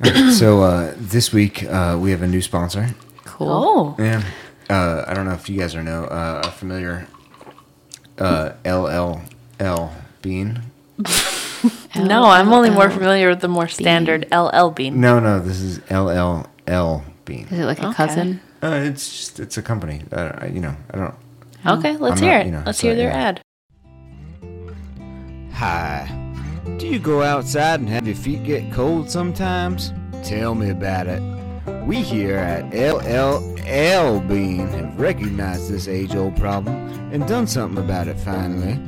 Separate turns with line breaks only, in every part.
so uh, this week uh, we have a new sponsor.
Cool.
Yeah. Uh, I don't know if you guys are know uh, are familiar. Uh, LLL Bean.
No, Oh, I'm only more familiar with the more standard LL bean.
No, no, this is LLL Bean.
Is it like a
Okay.
cousin?
Uh, it's just it's a company. I, don't- I- you know, I don't.
Okay, let's
I'm
hear
not,
it.
you know,
let's
so,
hear their
yeah.
ad.
Hi. Do you go outside and have your feet get cold sometimes? Tell me about it. We here at LLL Bean have recognized this age old problem and done something about it finally.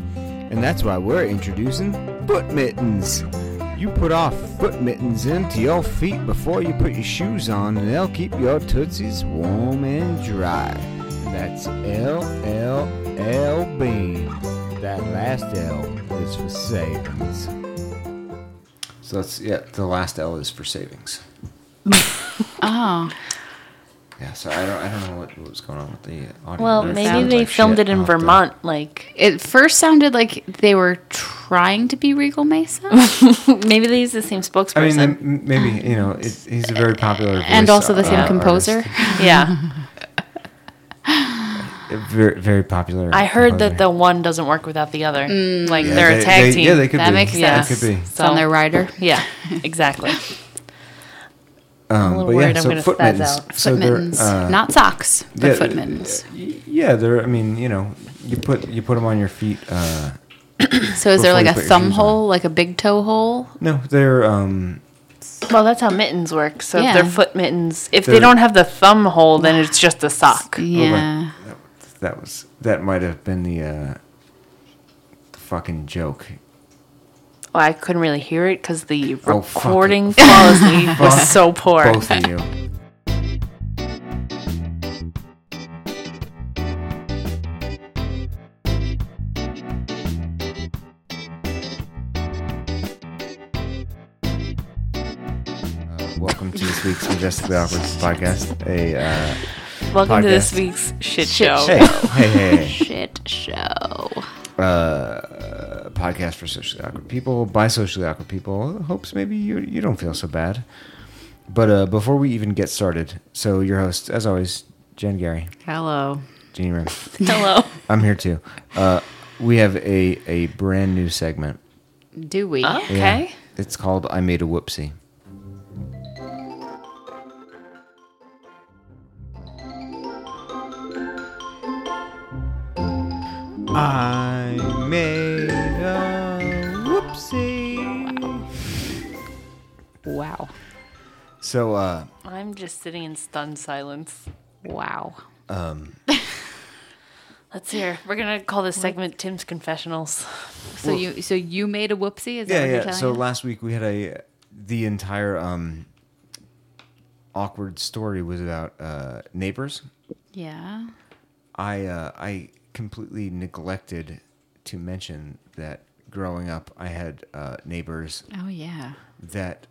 And that's why we're introducing foot mittens. You put off foot mittens into your feet before you put your shoes on, and they'll keep your tootsies warm and dry. That's LLL Bean. That last L is for savings.
So that's yeah. The last L is for savings.
Oh,
Yeah. So I don't. I don't know what, what was going on with the audio.
Well,
It
maybe
sounded
they
like
filmed
shit.
it in
I'll have to-
Vermont. Like
it first sounded like they were trying to be Regal Mason,
maybe they use the same spokesperson.
I mean, m- maybe you know, it, he's a very popular voice
and also the same
uh,
composer.
artist.
yeah,
A Very, very popular.
I heard that
composer.
the one doesn't work without the other.
Mm,
like
Yeah,
they're
they-
a tag
they-
team.
Yeah, they could
That
be.
makes
Yeah,
sense.
It could be.
It's on their rider.
Yeah, exactly.
Um,
little
but
worried
yeah,
I'm
so
gonna
foot
spaz
mittens.
out.
So
foot
they're,
mittens,
uh,
not socks, but
yeah,
foot
uh,
mittens.
Yeah, they're. I mean, you know, you put you put them on your feet. Uh,
So is there
before
like
you
a
put your
thumb
shoes on.
hole, like a big toe hole?
no, they're. Um,
Well, that's how mittens work. So
Yeah.
if they're foot mittens, if they
They're-
don't have the thumb hole, then it's just a sock.
oh, right.
Yeah.
That, that was that might have been the, uh, the fucking joke.
Well, I couldn't really hear it because the
Oh, fuck it.
recording quality was so poor.
Both of you. Uh, Uh, Welcome to this week's Majestically Awkward podcast. A uh,
Welcome to this
Podcast.
week's shit,
Shit
show.
hey, hey, hey, hey.
Shit show.
uh, podcast for socially awkward people by socially awkward people. Hopes maybe you you don't feel so bad. But uh, before we even get started, so your host, as always, Jen Gary,
Hello.
Jeannie Rim.
Hello.
I'm here too. Uh, we have a a brand new segment.
Do we?
Yeah.
Okay.
It's called "I Made a Whoopsie."
I made a whoopsie.
Wow.
So uh,
I'm just sitting in stunned silence.
Wow.
Let's hear. We're gonna call this segment Tim's Confessionals.
So you so you made a whoopsie? Is that
yeah,
what you're
yeah.
telling
So
us?
last week we had a the entire um, awkward story was about uh, neighbors.
yeah.
I uh, I completely neglected to mention that growing up, I had uh, neighbors
Oh yeah.
that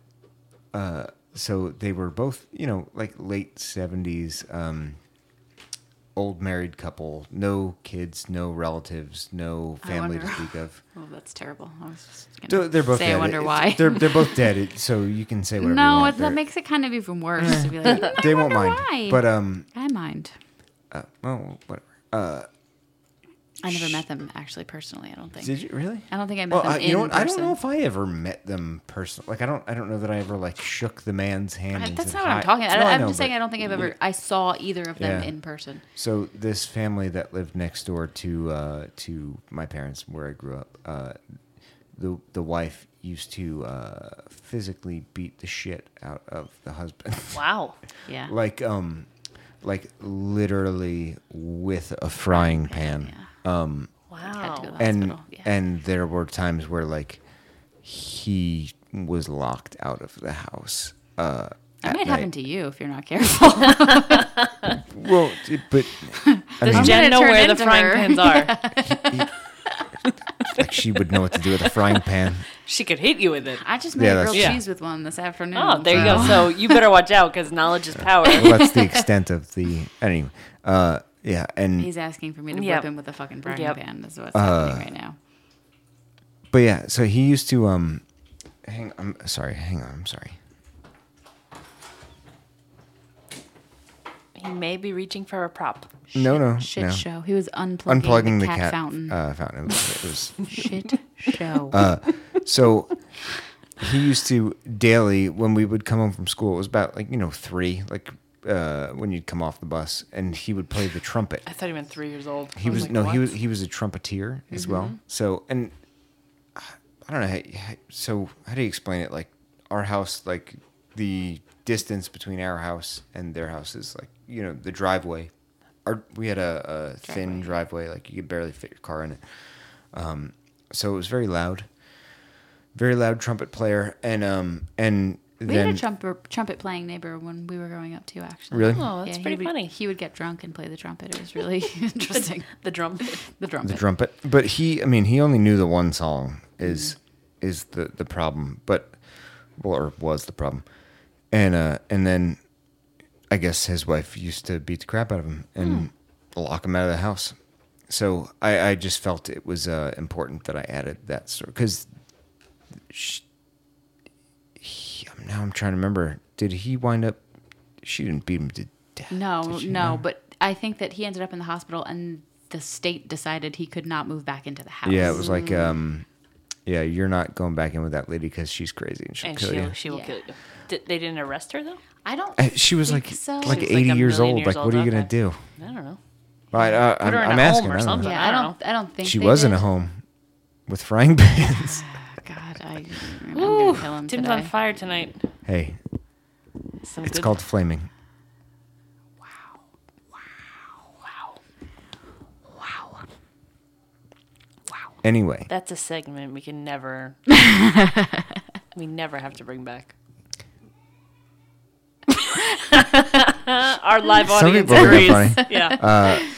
uh, so they were both you know like late seventies, um, old married couple, no kids, no relatives, no family to
wonder-
speak of.
Oh, that's terrible. I was just gonna
They're they're both
say.
dead.
I wonder
It's-
why.
they're they're both dead. It, so you can say whatever. you
no,
want.
it,
They're-
that makes it kind of even worse to be like, "Mm, I
they won't
wonder
mind.
why."
But um,
I mind.
uh, well, whatever.
I never met them actually personally. I don't think.
Did you really?
I don't think I met
Well,
them
I,
in
you know what? I
person.
don't know if I ever met them personally. Like, I don't, I don't know that I ever like shook the man's hand.
I-
and
that's
said
not what
hi.
I'm talking. About.
No,
I, I'm
know,
just saying
but-
I don't think I've ever I saw either of them
Yeah.
in person.
So this family that lived next door to uh, to my parents, where I grew up, uh, the the wife used to uh, physically beat the shit out of the husband.
Wow.
Yeah.
like um like literally with a frying pan um
Had to go to
Wow.
the
and
hospital, yeah.
and there were times where like he was locked out of the house uh
that
at
might happen
night.
to you if you're not careful.
well t- but I mean,
Does
gonna
Jen know
turn
where the
into
frying
her.
pans are?
like she would know what to do with a frying pan
She could hit you with it.
I just made
Yeah,
grilled
that's-
Yeah.
cheese with one this afternoon.
Oh, there you go. So you better watch out because knowledge is power.
well that's the extent of the anyway uh yeah and
He's asking for me to
Yep.
whip him with a fucking frying
Yep.
pan. Is
Uh,
what's happening right now.
But yeah, so he used to um hang I'm sorry, hang on, I'm sorry.
He may be reaching for a prop.
No, no,
Shit
no.
show. He was unplugging,
Unplugging
the, cat, fountain.
Uh, fountain. It was, it was
Shit show.
So he used to daily when we would come home from school. It was about like you know three, like uh, when you'd come off the bus, and he would play the trumpet.
I thought he meant three years old.
He
I
was
like,
no, he
what?
was he was a trumpeter as well. So and I don't know. How, how- so how do you explain it? Like our house, like the distance between our house and their house is like you know the driveway. Our we had a, a thin driveway, like you could barely fit your car in it. Um, so it was very loud, very loud trumpet player, and um and
we
then
had a trumpet, trumpet playing neighbor when we were growing up too. Actually,
really
Oh, that's
he
pretty
would-
funny.
He would get drunk and play the trumpet. It was really interesting.
the drum.
the trumpet.
the trumpet, but he I mean he only knew the one song is is the the problem, but well, or was the problem, and uh and then I guess his wife used to beat the crap out of him and
Hmm.
lock him out of the house. So I, I just felt it was uh, important that I added that story because now I'm trying to remember. Did he wind up? She didn't beat him to death.
no,
did she?
no, but I think that he ended up in the hospital, and the state decided he could not move back into the house.
Yeah, it was
Mm.
like, um, yeah, you're not going back in with that lady because she's crazy and she'll
And
kill
she,
you.
she will
Yeah.
kill you. Did, they didn't arrest her, though?
I don't.
Uh, She was
think
like
so.
like
She was like
80
a
years
million
old.
years
like, what are
old,
you gonna
okay.
do?
I don't know.
I, I, I'm,
her
I'm
in a home
asking.
or
I don't know.
something.
yeah,
I
I
don't
don't. I don't think
She
they
was in
did.
a home with frying pans.
God, I, I'm
Ooh,
gonna kill him
Tim's
today.
on fire tonight.
hey,
So
it's
good.
called flaming. Anyway,
That's a segment we can never. we never have to bring back. Our live
Some
audience
people think
agrees.
they're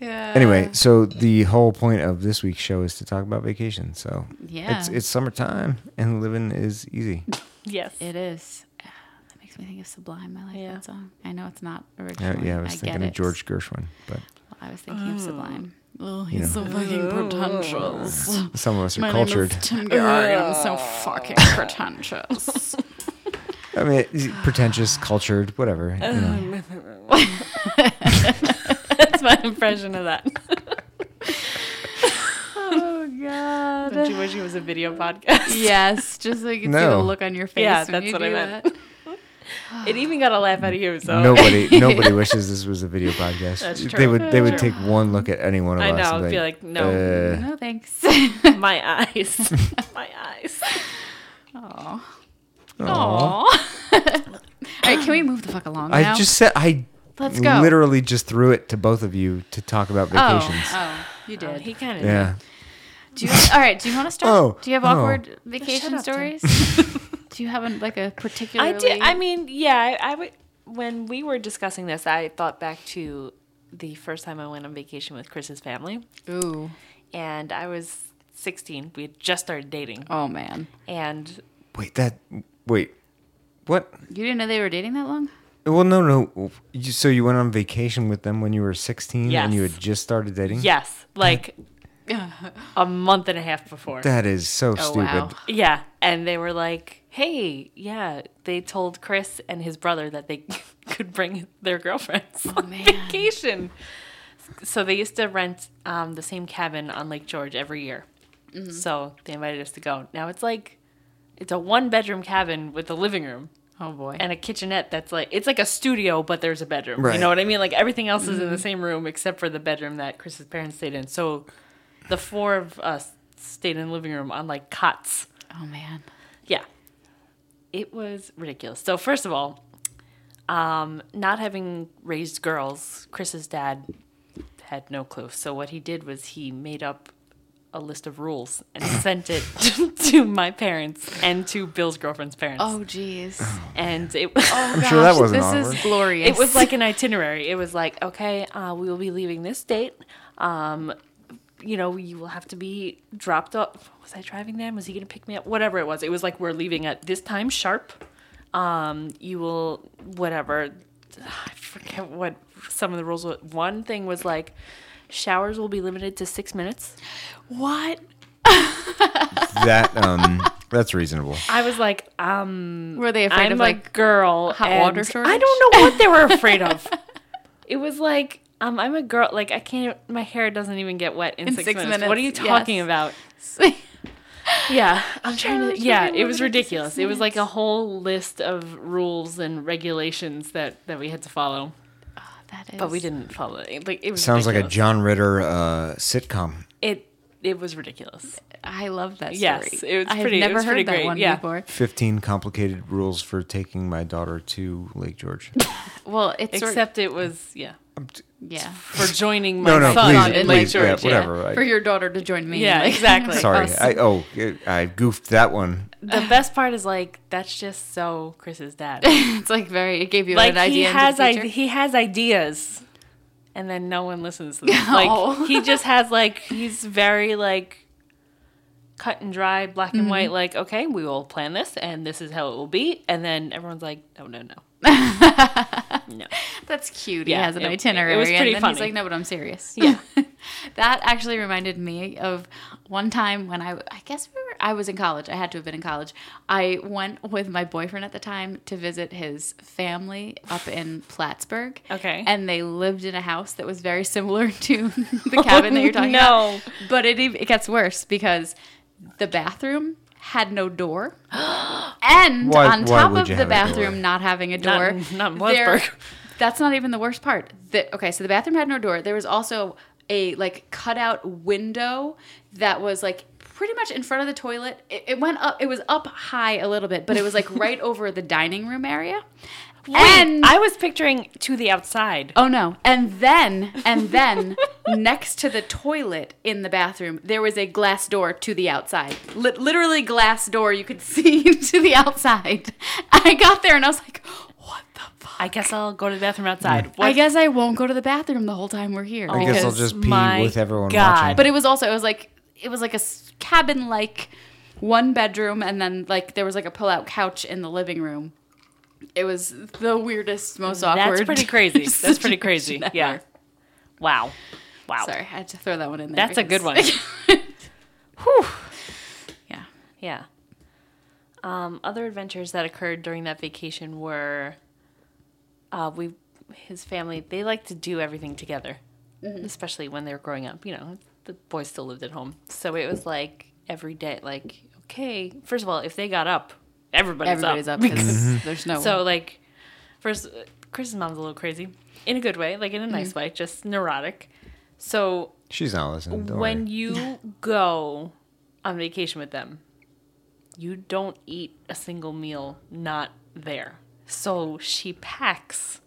Yeah.
anyway, so the whole point of this week's show is to talk about vacation. So it's
Yeah.
it's summertime and living is easy.
yes.
It is. Ah, That makes me think of Sublime. I like
Yeah.
that song. I know it's not
Yeah,
original.
yeah I was
get
thinking of
it.
George Gershwin, but
I was thinking of Sublime.
Oh, he's so fucking pretentious.
some of us are
My
cultured.
name is Tim Gerard, and I'm so fucking pretentious.
I mean, it's pretentious, cultured, whatever. you know.
That's my impression of that. oh God! Don't you wish it was a video podcast?
yes, just so you can see the
No.
look on your face.
Yeah,
when
that's
you
what I
do
meant.
that.
It even got a laugh out of you. So
Nobody, nobody wishes this was a video podcast.
That's
They
true.
would, they would
True.
take one look at any one of
I
us.
know.
and
I'd be like, no,
uh,
No thanks.
my eyes, my eyes.
Aw.
"Uh, aw.
All right, can we move the fuck along now?
I just said I.
Let's go.
Literally just threw it to both of you to talk about
oh,
vacations.
oh, you did.
Um, he kind of.
Yeah.
do you, all right, do you want to start?
Oh,
do you have
oh.
awkward vacation
up, Tim.
stories? do you have an, like a particular?
I did. I mean, yeah. I, I would. When we were discussing this, I thought back to the first time I went on vacation with Chris's family,
ooh,
and I was 16. We had just started dating,
oh man,
and
Wait, that. Wait, what?
you didn't know they were dating that long?
Well, no, no. You, so you went on vacation with them when you were 16 and you
Yes.
had just started dating.
yes, like a month and a half before.
That is so
Oh,
stupid.
wow.
Yeah, and they were like, "Hey, yeah." They told Chris and his brother that they could bring their girlfriends on
man.
vacation. So they used to rent um, the same cabin on Lake George every year. So they invited us to go. Now it's like it's a one bedroom cabin with a living room
Oh boy.
and a kitchenette that's like it's like a studio but there's a bedroom you
Right.
know what i mean like everything else is in the same room except for the bedroom that chris's parents stayed in so the four of us stayed in the living room on like cots
oh man.
yeah. It was ridiculous. So first of all, um, not having raised girls, Chris's dad had no clue. So what he did was he made up a list of rules and sent it to my parents and to Bill's girlfriend's parents.
Oh jeez.
and it
I'm
sure that wasn't
This
awkward.
is glorious.
it was like an itinerary. It was like, okay, uh, we will be leaving this date. Um, you know, you will have to be dropped off. Was I driving then? Was he going to pick me up? Whatever it was. It was like, we're leaving at this time sharp. Um, you will, whatever. I forget what some of the rules were. One thing was like, showers will be limited to six minutes.
what?
That um, that's reasonable.
I was like, um,
Were they afraid
I'm
of
a
like
girl.
hot
and
water
I
shortage?
don't know what they were afraid of. It was like, um, I'm a girl. Like I can't. My hair doesn't even get wet in,
In
six,
six
minutes. What are you
minutes,
talking
yes.
about? Yeah, I'm trying to. Yeah, it was ridiculous. It was like a whole list of rules and regulations that that we had to follow,
that is.
but we didn't follow. it. Like it was
Sounds like a
ridiculous.
John Ritter uh, sitcom.
It it was ridiculous.
I love that story.
Yes, it was
I
pretty- it
have never
was
heard
pretty
that
great,
one
yeah.
before.
Fifteen complicated rules for taking my daughter to Lake George.
Well, it's sort-
Except it was yeah
yeah.
for joining my
No, no,
son
please,
in Lake
please, yeah,
George. Yeah,
whatever. I-
For your daughter to join me.
Yeah,
like-
exactly.
Sorry,
us.
I, oh, I goofed that one.
The best part is like that's just so Chris's dad.
it's like very. It gave you
like
an idea.
he
into
has
the
I-
future.
he has ideas and then no one listens to them like he just has like he's very like cut and dry black and
Mm-hmm.
white like okay we will plan this and this is how it will be and then everyone's like no no no
That's cute.
Yeah,
he has an
it- it was
itinerary.
pretty
and then
funny.
He's like, no, but I'm serious. Yeah. that actually reminded me of one time when I, I guess we were, I was in college. I had to have been in college. I went with my boyfriend at the time to visit his family up in Plattsburgh.
Okay.
And they lived in a house that was very similar to the cabin that you're talking
Oh, no.
about. But it, ev- it gets worse because the bathroom had no door. And
Why-
on
why
top
would
of
you
the
have a door?
bathroom not having a
Not-
door,
not in
there-
Plattsburgh.
that's not even the worst part. The, okay, so the bathroom had no door. There was also a like cutout window that was like pretty much in front of the toilet. It, it went up. It was up high a little bit, but it was like right over the dining room area. and
i was picturing to the outside
oh no! And then and then next to the toilet in the bathroom, there was a glass door to the outside. Lit literally glass door. You could see to the outside. I got there and I was like, what the fuck.
i guess i'll go to the bathroom outside
I
What-
guess I won't go to the bathroom the whole time we're here.
I guess I'll
Because
just pee
my
with everyone
God.
watching.
But it was also it was like it was like a cabin like one bedroom and then like there was like a pull out couch in the living room. It was the weirdest, most awkward.
that's pretty crazy that's pretty crazy
situation
yeah
ever.
wow wow
Sorry, I had to throw that one in there.
That's a good one.
because- yeah.
Yeah. Um, other adventures that occurred during that vacation were uh, we his family they like to do everything together,
Mm-hmm.
especially when they were growing up. You know, the boys still lived at home, so it was like every day. Like, okay, first of all, if they got up, everybody's,
Everybody's up
Because-
because there's no
so like, first, Chris's mom's a little crazy in a good way, like in
Mm-hmm.
a nice way, just neurotic. So
She's not listening. Don't
when
worry.
you go on vacation with them, you don't eat a single meal not there. So she packs.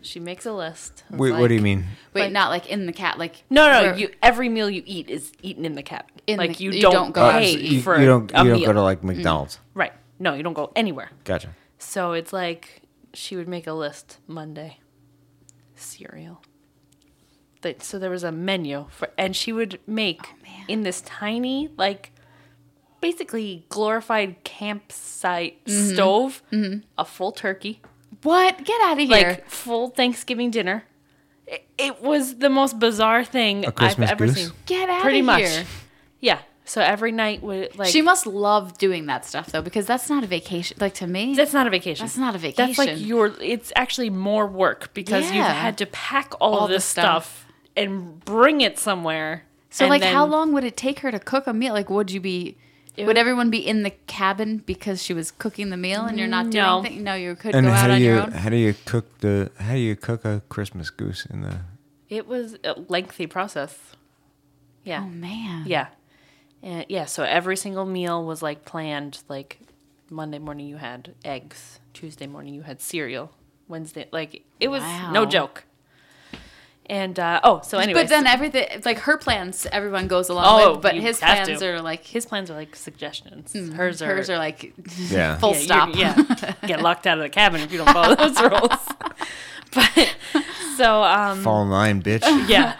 She makes a list. of,
Wait, what do you
like-
mean?
wait,
like-
not like in the cat like
No, no.
where-
You every meal you eat is eaten in the cabin.
In
like
the-
you,
you
don't,
don't go
go
out.
pay
So Uh, you,
for
you don't
a
you don't
meal.
go to like McDonald's.
right. No, you don't go anywhere.
Gotcha.
So it's like she would make a list Monday. Cereal. That so there was a menu for and she would make
Oh,
in this tiny like basically glorified campsite
Mm-hmm.
stove a full turkey
what? Get out of here.
like full Thanksgiving dinner. It, it was the most bizarre thing I've
Christmas
ever
goose?
seen.
Get out
pretty
of
much.
here.
Yeah. So every night would like
she must love doing that stuff though because that's not a vacation like to me.
That's not a vacation.
That's not a
That's like
vacation.
your. It's actually more work because you've
Yeah.
had to pack all,
All
of
the
this stuff. and bring it somewhere.
So
And
like how
then-
long would it take her to cook a meal? Like would you be would everyone be in the cabin because she was cooking the meal and you're not doing
No.
anything? No, you could
And
go
how
out
do
on
you
your own.
how do you cook the how do you cook a Christmas goose in the
It was a lengthy process. Yeah.
Oh man.
Yeah. And yeah, so every single meal was like planned. Like Monday morning, you had eggs. Tuesday morning, you had cereal. Wednesday, like it was no
Wow.
joke. And uh, oh, so anyway,
but then everything it's like her plans everyone goes along
Oh,
with, but
you
his
have
plans
to.
are like his
his plans are like suggestions. hers are
Hmm, hers are like
yeah
full
Yeah,
stop.
you're- Yeah, get locked out of the cabin if you don't follow those rules. But so um,
fall in line, bitch?
yeah,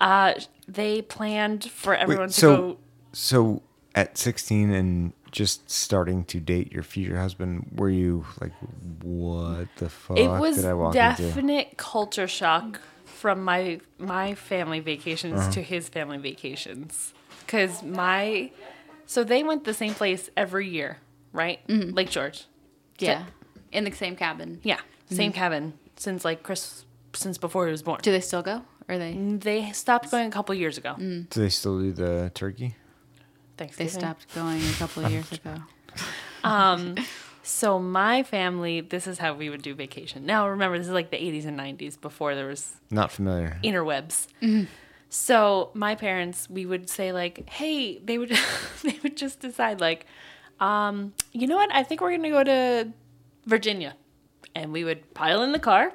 uh, they planned for everyone to
so Oh,
go.
so at sixteen and just starting to date your future husband, were you like what the fuck
It was
did I walk into?
definite culture shock from my my family vacations
Uh-huh.
to his family vacations because my so they went the same place every year, right?
Mm-hmm.
Lake George.
Yeah. In the same cabin. Mm-hmm.
Yeah, same cabin since like Chris since before he was born.
Do they still go? Or are they?
They stopped going a couple years ago.
Do they still do the turkey?
Thanks.
Mm. They stopped going a couple of years ago.
Um, So my family, this is how we would do vacation. Now remember, this is like the 80s and 90s before there was
Not familiar.
interwebs. So my parents, we would say like, "Hey," they would they would just decide like, um, "You know what? I think we're gonna go to Virginia," and we would pile in the car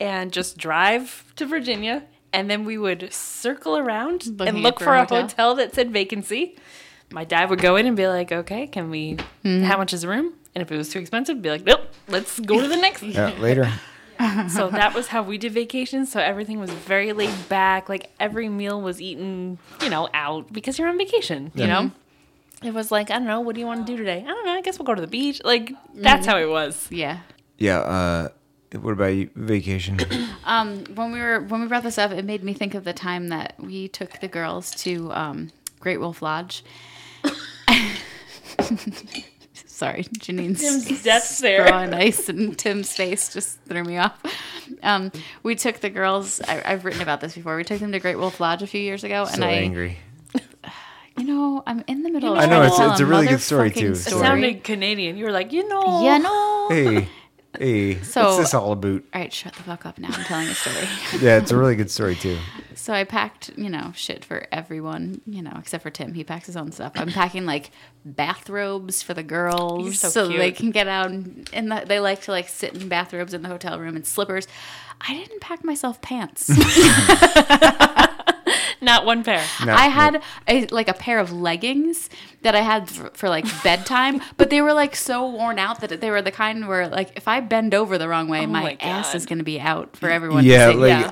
and just drive to Virginia, and then we would circle around
Looking
and look
for
for,
a
a
hotel?
hotel. that said vacancy. My dad would go in and be like, "Okay, can we? How much is the room?" And if it was too expensive, be like, "Nope, let's go to the next."
Yeah, Uh, later.
So that was how we did vacations. So everything was very laid back. Like every meal was eaten, you know, out because you're on vacation, you know? It was like, I don't know, what do you want to do today? I don't know, I guess we'll go to the beach. Like that's how it was.
Yeah.
Yeah. Uh, what about you? Vacation.
Um, when we were when we brought this up, it made me think of the time that we took the girls to um, Great Wolf Lodge. Sorry, Janine's
Tim's death stare.
straw and ice and Tim's face just threw me off. Um, we took the girls. I, I've written about this before. We took them to Great Wolf Lodge a few years ago,
So
and I,
angry.
you know, I'm in the middle.
You
of
know, I know,
trying to
it's- it's
tell
a really good story,
motherfucking
too. It
It
Story.
sounded Canadian. You were like, you know.
Yeah, no.
Hey, hey.
So-
what's this all about?
All right, shut the fuck up now. I'm telling a story.
Yeah, it's a really good story too.
So I packed, you know, shit for everyone, you know, except for Tim. He packs his own stuff. I'm packing like bathrobes for the girls
You're so
they
cute.
can get out and, and the, they like to like sit in bathrobes in the hotel room and slippers. I didn't pack myself pants.
Not one pair.
No,
I
no.
had a, like a pair of leggings that I had for, for like bedtime, but they were like so worn out that they were the kind where like if I bend over the wrong way, my,
Oh my
ass
God.
is going to be out for everyone.
yeah,
to see.
like
yeah.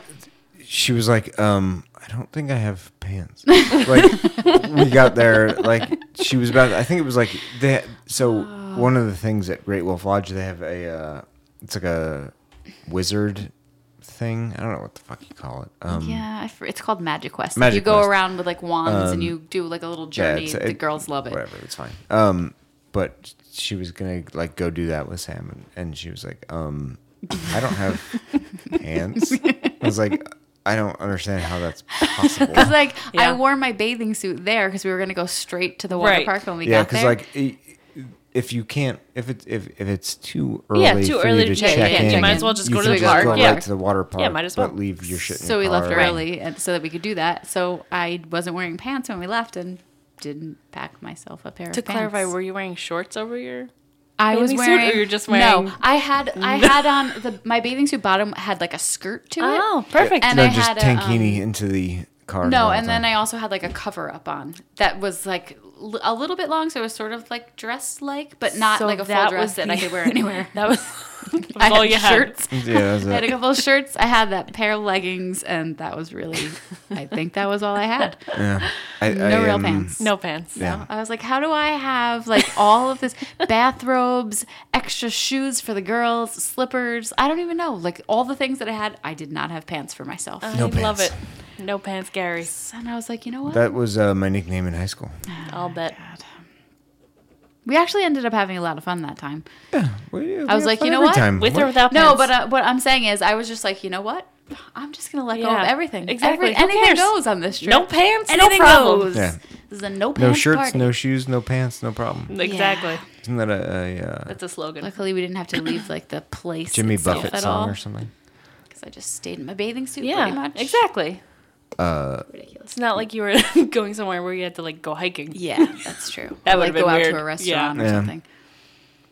she was like, um, I don't think I have pants. like we got there, like she was about. I think it was like they. So
Oh.
one of the things at Great Wolf Lodge, they have a. Uh, it's like a wizard thing. I don't know what the fuck you call it. Um,
Yeah, I fr- it's called Magic Quest.
Magic
you go
Quest. Um,
around with like wands and you do like a little journey.
it's-
the
it-
girls love it.
Whatever, it's fine. Um, but she was gonna like go do that with Sam, and, and she was like, um, I don't have pants. I was like, I don't understand how that's possible.
It's like I
Yeah.
wore my bathing suit there because we were gonna go straight to the water
Right.
park when we
yeah,
got there.
because like. i- if you can't, if it's if, if it's too early,
Yeah, too
for
early
you to
to check
check
in.
in,
You might as
well just
you
go to
can
the park,
Go
yeah.
right to the water park.
Yeah, might as well.
But leave your shit. In
so
the
we left
car.
early and so that we could do that. So I wasn't wearing pants when we left and didn't pack myself a pair
To
of pants.
clarify, were you wearing shorts over your
I was
bathing suit, or
wearing
you're just
No,
wearing-
I had I had on the my bathing suit bottom had like a skirt to it.
Oh, perfect.
And
no,
I
just
had a, um,
tankini into the car. the
No,
whole
and then
time.
I also had like a cover up on that was like l- a little bit long, so it was sort of like dress like, but not
So
like a full
that
dress
was
that
the-
I could wear anywhere.
That was, that was
I
all
had
you had.
shirts.
yeah, that was
I had a
it.
couple of shirts. I had that pair of leggings, and that was really, I think that was all I had.
I,
No
I,
real
um,
pants.
No pants.
Yeah,
I was like, how do I have like all of this bathrobes, extra shoes for the girls, slippers? I don't even know. Like all the things that I had, I did not have pants for myself.
I
No
love
pants.
it. No pants, Gary.
and I was like, you know what?
that was uh, my nickname in high school.
I'll bet.
we actually ended up having a lot of fun that time.
I
was like, you know what?
With or without
No,
pants.
but uh, what I'm saying is, I was just like, you know what? I'm just gonna let go
Yeah.
of everything.
Exactly.
Every-
Who
anything
cares?
goes on this trip.
No pants, no
Anything
problem.
goes.
Yeah.
This is a no pants
No shirts,
party. Mm.
no shoes, no pants, no problem.
Exactly.
Yeah.
Isn't that a, a uh,
That's a slogan.
Luckily, we didn't have to leave like the place.
Jimmy
itself
Buffett
at
song
all
or something?
because I just stayed in my bathing suit.
yeah,
pretty much.
exactly.
Uh,
Ridiculous.
It's not like you were going somewhere where you had to like go hiking.
Yeah, that's true.
That
like
would've been
go out
weird.
to a restaurant
Yeah.
or
Yeah.
something.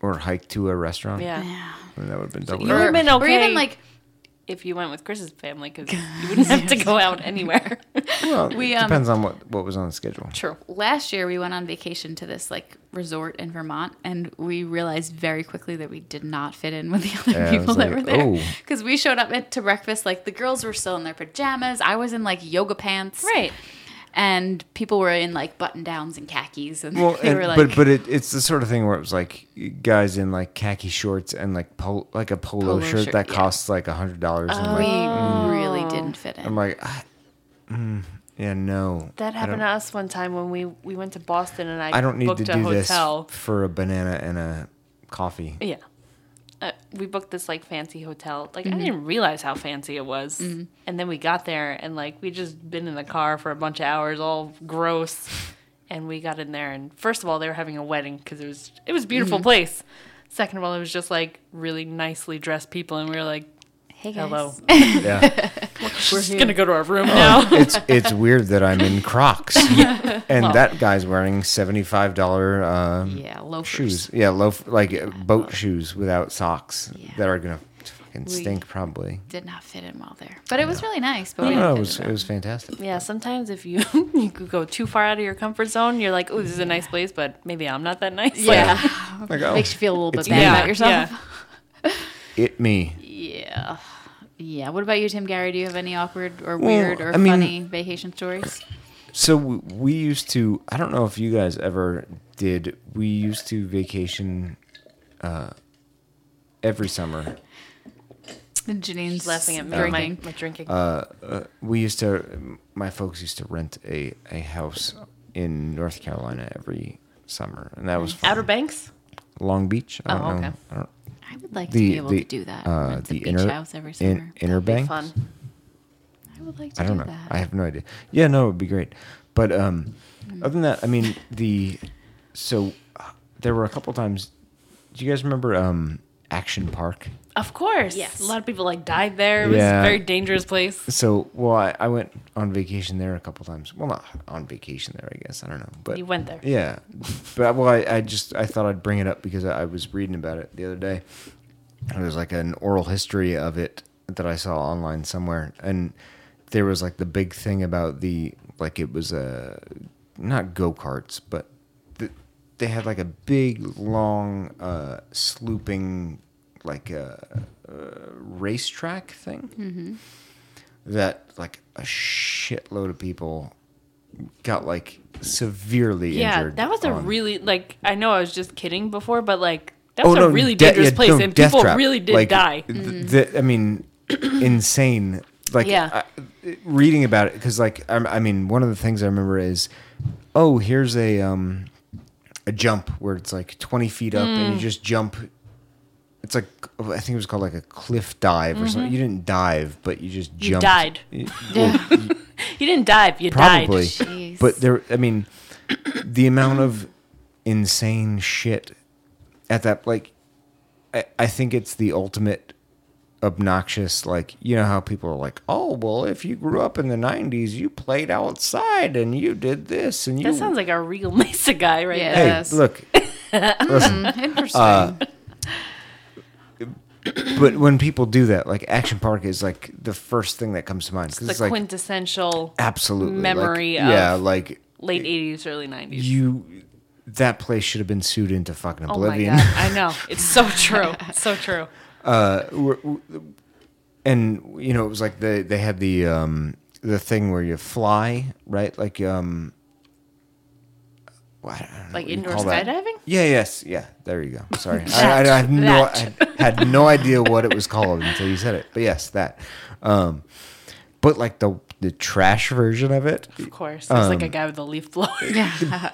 Or hike to a restaurant?
Yeah.
Yeah.
And that would have been double.
you would've
Or-
been
Or even
okay.
like
If you went with Chris's family, because you wouldn't have to go out anywhere.
well,
we,
it
um,
depends on what, what was on the schedule.
True.
last year we went on vacation to this like resort in Vermont and we realized very quickly that we did not fit in with the other
Yeah, I was
people that
like,
were there
"Oh."
because we showed up at, to breakfast like the girls were still in their pajamas I was in like yoga pants
Right.
and people were in like button downs and khakis and
Well,
they
and,
were like
but but it, it's the sort of thing where it was like guys in like khaki shorts and like pol- like a polo,
Polo
shirt,
shirt,
that
yeah. Oh,
costs like a hundred dollars. and I'm
we
like, Mm.
really didn't fit in
I'm like, I, mm, yeah, no. I don't-
That
uh,
happened to us one time when we we went to Boston and I,
I don't need
booked
to
a
do this
hotel.
for a banana and a coffee.
Yeah. uh, we booked this like fancy hotel. Like I didn't realize how fancy it was. And then we got there and like we just been in the car for a bunch of hours, all gross. And we got in there and first of all they were having a wedding because it was it was a beautiful place. Second of all, it was just like really nicely dressed people, and we were like,
Hey guys.
"Hello,
Yeah.
we're just gonna go to our room now."
it's it's weird that I'm in Crocs. And that guy's wearing $75 um,
Yeah, loafers.
shoes. Yeah, loaf like uh, boat shoes without socks that are going to fucking stink probably.
Did not fit in well there, but it was really nice. But
No,
we
no, it
didn't fit
was
in
it
well.
was fantastic.
yeah, sometimes if you you could go too far out of your comfort zone, you're like, "Oh, this is a nice place, but maybe I'm not that nice." Like,
yeah,
Like, oh,
makes you feel a little bit
It's
bad
me.
about yourself.
yeah.
it me.
Yeah. Yeah. What about you, Tim Gary? Do you have any awkward or
Well,
weird or
I mean-
funny vacation stories?
So w- we used to. I don't know if you guys ever did. We used to vacation uh, every summer.
And Janine's
laughing at me, my,
drinking.
my drinking.
We used to. My folks used to rent a, a house in North Carolina every summer, and that was fun.
Outer Banks.
Long Beach. I don't
Oh,
know.
okay.
I don't,
I would like
the
to be able
the
to do that.
Uh,
Rent a
the
beach
inner
house every summer.
in, inner
Be
bank.
fun.
I would like to
I don't
do
know.
that.
I have no idea. Yeah, no, it would be great. But um,
Mm.
other than that, I mean, the so uh, there were a couple times. Do you guys remember um, Action Park?
Of course.
Yes.
A lot of people like died there. It was
Yeah.
a very dangerous place.
So, well, I, I went on vacation there a couple times. Well, not on vacation there, I guess. I don't know, but
You went there.
Yeah, but I- well, I, I just I thought I'd bring it up because I, I was reading about it the other day. And There's like an oral history of it that I saw online somewhere, and there was like the big thing about the like it was a not go karts, but the, they had like a big long uh, slooping like a, uh racetrack thing
Mm-hmm.
that like a shitload of people got like severely
Yeah,
injured.
that was a
on.
really like. I know I was just kidding before, but like that
Oh,
was
no,
a really
de-
dangerous
yeah,
place,
no,
and
death
people
trap.
really did
Like,
die.
th- th- I mean, insane. Like,
Yeah.
I- reading about it because, like, I, I mean, one of the things I remember is, oh, here's a um, a jump where it's like 20 feet up and
Mm.
you just jump. It's like I think it was called like a cliff dive or something. You didn't dive, but you just
Mm-hmm. You
jumped.
died.
Y-
You didn't dive. You
probably.
died.
Jeez.
But there, I mean, the amount of insane shit at that, like, I, I think it's the ultimate obnoxious. Like, you know how people are like, oh, well, if you grew up in the 90s, you played outside and you did this and you.
That sounds like a real Mesa guy, right?
Yeah.
Hey,
there.
Yes.
look. listen,
Interesting.
uh,
Mm-hmm.
but when people do that, like Action Park is like the first thing that comes to mind 'cause
The
it's like
quintessential
absolutely like,
memory of
yeah, like
late '80s, early '90s.
you, that place should have been sued into fucking
oh my
oblivion.
god, I know. It's so true. so true.
and you know it was like the they had the um the thing where you fly right like um well, I don't know
Like
what you
indoor
call that.
skydiving?
yeah yes yeah there you go sorry I, I, I had no I had no idea what it was called until you said it but yes that um but like the the trash version of it
Of course. There's like
Um,
a guy with a leaf blower.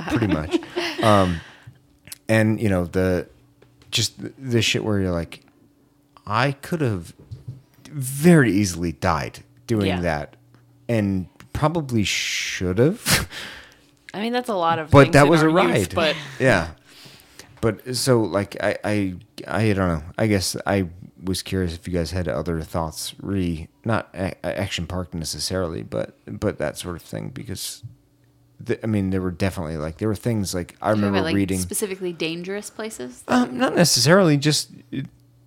pretty much. Um, and you know the just th- the shit where you're like, I could have very easily died doing
Yeah.
that, and probably should have.
I mean, that's a lot of.
but
things
that
in
was a
our
ride.
youth, but
yeah. But so like I, I I don't know. I guess I was curious if you guys had other thoughts re not a- a- action park necessarily, but but that sort of thing because the, I mean there were definitely like there were things like I
Talking
remember
about, like,
reading
specifically dangerous places.
um, not necessarily just uh,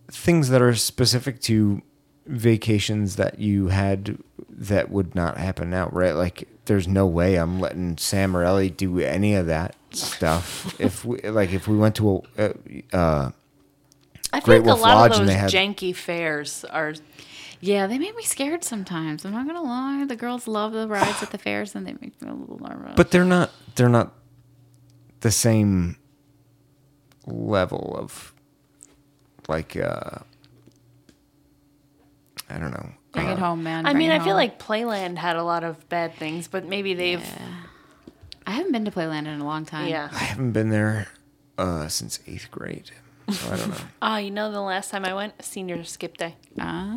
things that are specific to vacations that you had that would not happen now, right? Like there's no way I'm letting Sam or Ellie do any of that stuff. if we like if we went to a uh, uh,
I feel
Great
like a
Wolf
lot
Lodge
of
and
those
they had-
janky fairs are
Yeah, they make me scared sometimes. I'm not gonna lie. The girls love the rides at the fairs, and they make me a little nervous.
but they're not they're not the same level of like uh I don't know.
bring it home, man.
I
bring
mean,
it
I feel
home.
like Playland had a lot of bad things, but maybe they've
I haven't been to Playland in a long time.
yeah.
I haven't been there uh since 8th grade. So I don't know.
Ah, you know the last time I went, senior skip day.
Uh, Ah,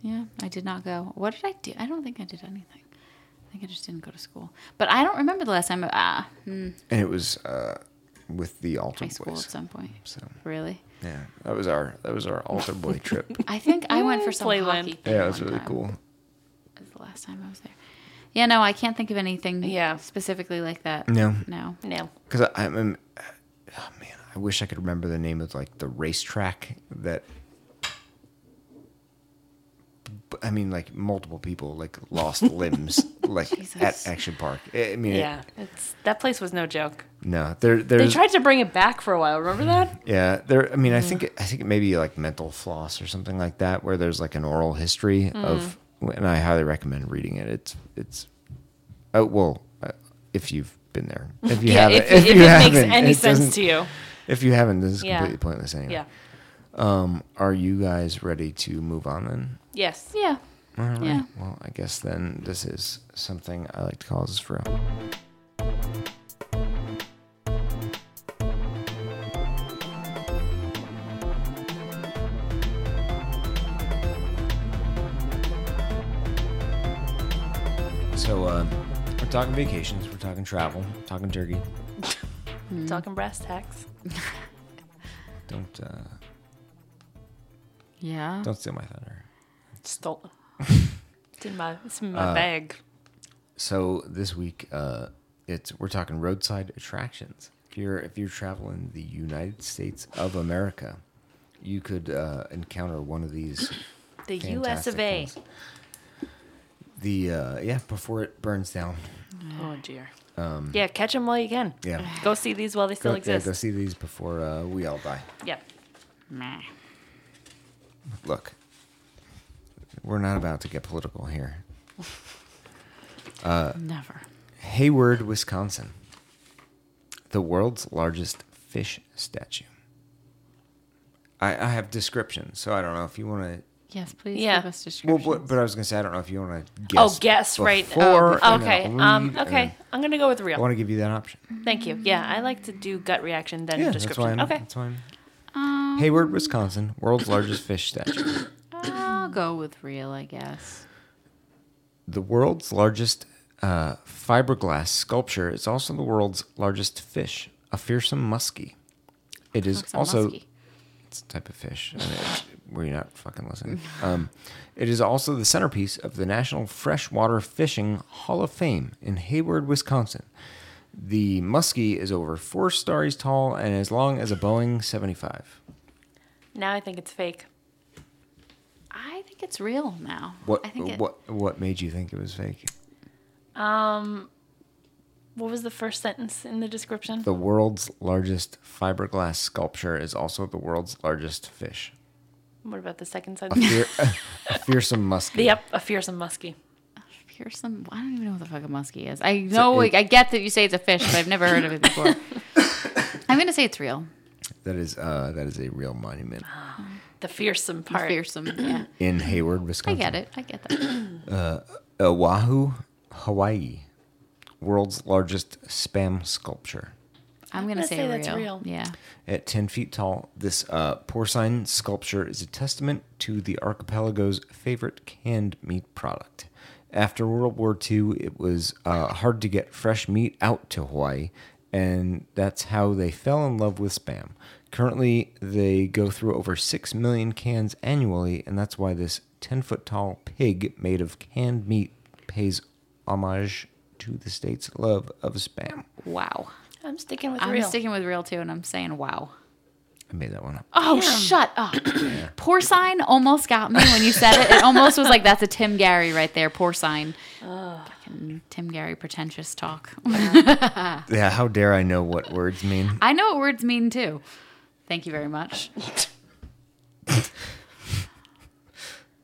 yeah, I did not go. What did I do? I don't think I did anything. I think I just didn't go to school. But I don't remember the last time. Ah, hmm,
And it was uh, with the altar
high school
boys.
at some point.
So
Really?
yeah, that was our that was our altar boy trip.
I think I went for some
Playland.
hockey. Thing
Yeah, it was
one
really
time.
cool.
It was the last time I was there. Yeah, no, I can't think of anything.
Yeah.
specifically like that.
No.
no.
No.
Because I, I'm, I'm- oh man, I wish I could remember the name of like the racetrack that. b- I mean, like multiple people like lost limbs, like
Jesus.
at Action Park. I I mean, it-
Yeah, it's that place was no joke.
no, there,
They
there's,
tried to bring it back for a while. Remember that?
yeah, there. I mean,
Mm-hmm.
I think, I think it may be like mental floss or something like that, where there's like an oral history of,
Mm.
and I highly recommend reading it. It's, it's, oh well, uh, if you've been there, if you haven't,
if, if
you
it makes
haven't,
any
it doesn't-
sense to you.
If you haven't, this is
Yeah.
completely pointless anyway.
Yeah.
Are you guys ready to move on then?
Yes.
Yeah,
All right.
Yeah.
Well, I guess then this is something I like to call this for real. So, uh, we're talking vacations, we're talking travel, talking turkey.
Talking brass tacks.
Don't uh,
yeah.
don't steal my thunder.
Stolen. it's in my it's in my
Uh,
bag.
So this week, uh, it's we're talking roadside attractions. If you're if you're traveling the United States of America, you could uh, encounter one of these.
The U.S.
fantastic
of A.
things. The uh, yeah, before it burns down. Um,
Oh dear. yeah, catch them while you can.
Yeah,
Go see these while they still
go, yeah,
exist.
go see these before uh, we all die.
Yeah.
Meh.
Look, we're not about to get political here. Uh,
Never.
Hayward, Wisconsin, the world's largest fish statue. I, I have descriptions, so I don't know if you want to.
Yes, please
Yeah.
give us
Well,
description.
but, but I was gonna say I don't know if you want to
Oh,
guess.
guess right.
before
Oh,
and
okay.
then
Um.
read, and
Okay. I'm gonna go with
I
real.
want to give you that option.
Thank you. Yeah, I like to do gut reaction then
Yeah, that's why.
description.
I'm,
okay.
That's why. I'm- Hayward, Wisconsin, world's largest fish statue.
I'll go with real, I guess.
The world's largest uh, fiberglass sculpture is also the world's largest fish, a fearsome muskie. It is
Fuck's a
also
muskie.
it's a type of fish. I mean, it's- were you not fucking listening? Um, it is also the centerpiece of the National Freshwater Fishing Hall of Fame in Hayward, Wisconsin. The muskie is over four stories tall and as long as a Boeing 75.
Now I think it's fake.
I think it's real now.
What
I think it,
what what made you think it was fake?
What was the first sentence in the description?
The world's largest fiberglass sculpture is also the world's largest fish.
what about the second
A,
sentence?
fear, a fearsome muskie.
yep, a fearsome muskie.
fearsome. I don't even know what the fuck a muskie is. I know.
it-
I get that you say it's a fish, but I've never heard of it before. I'm gonna say it's real.
That is uh, that is a real monument
The fearsome
The
part.
Fearsome. Yeah,
in Hayward,
I
Wisconsin.
get it. I get that.
Oahu, Hawaii, world's largest spam sculpture.
I'm gonna
gonna
say,
say
real.
that's real.
Yeah.
At 10 feet tall, this uh, porcine sculpture is a testament to the archipelago's favorite canned meat product. After World War II, it was uh, hard to get fresh meat out to Hawaii, and that's how they fell in love with spam. Currently, they go through over 6 million cans annually, and that's why this 10 foot tall pig made of canned meat pays homage to the state's love of spam.
Wow.
I'm sticking with
I'm
real.
sticking with real too, and I'm saying wow.
I made that one up.
Oh, shut up. Porcine almost got me when you said it. It almost was like that's a Tim Gary right there. Porcine. Fucking Tim Gary pretentious talk.
Yeah, how dare I know what words mean?
I know what words mean too. Thank you very much.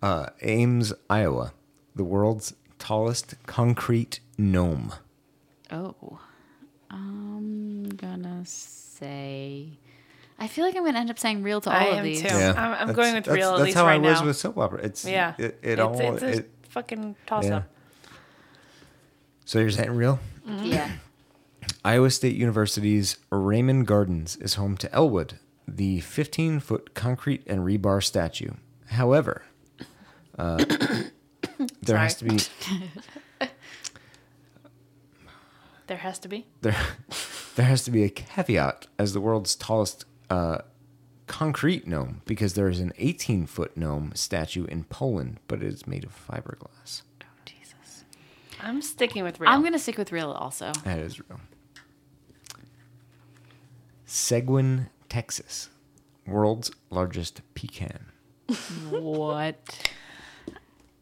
Uh, Ames, Iowa, the world's tallest concrete gnome.
Oh, I'm gonna say. I feel like I'm gonna end up saying real to all
I
of
am
these.
too. Yeah. I'm- I'm going with real, at
That's
least
how I
right
was
now.
with soap opera. It's
yeah.
It, it
it's,
all.
it's a
it-
fucking toss
yeah.
up.
So you're saying real?
Yeah.
Iowa State University's Raymond Gardens is home to Elwood, the 15 foot concrete and rebar statue. However, uh, there has to
Sorry.
be
There has to be.
there, there has to be a caveat as the world's tallest uh, concrete gnome because there is an 18 foot gnome statue in Poland, but it is made of fiberglass.
Jesus.
I'm sticking with real.
I'm gonna stick with real also.
That is real. Seguin, Texas, world's largest pecan.
What?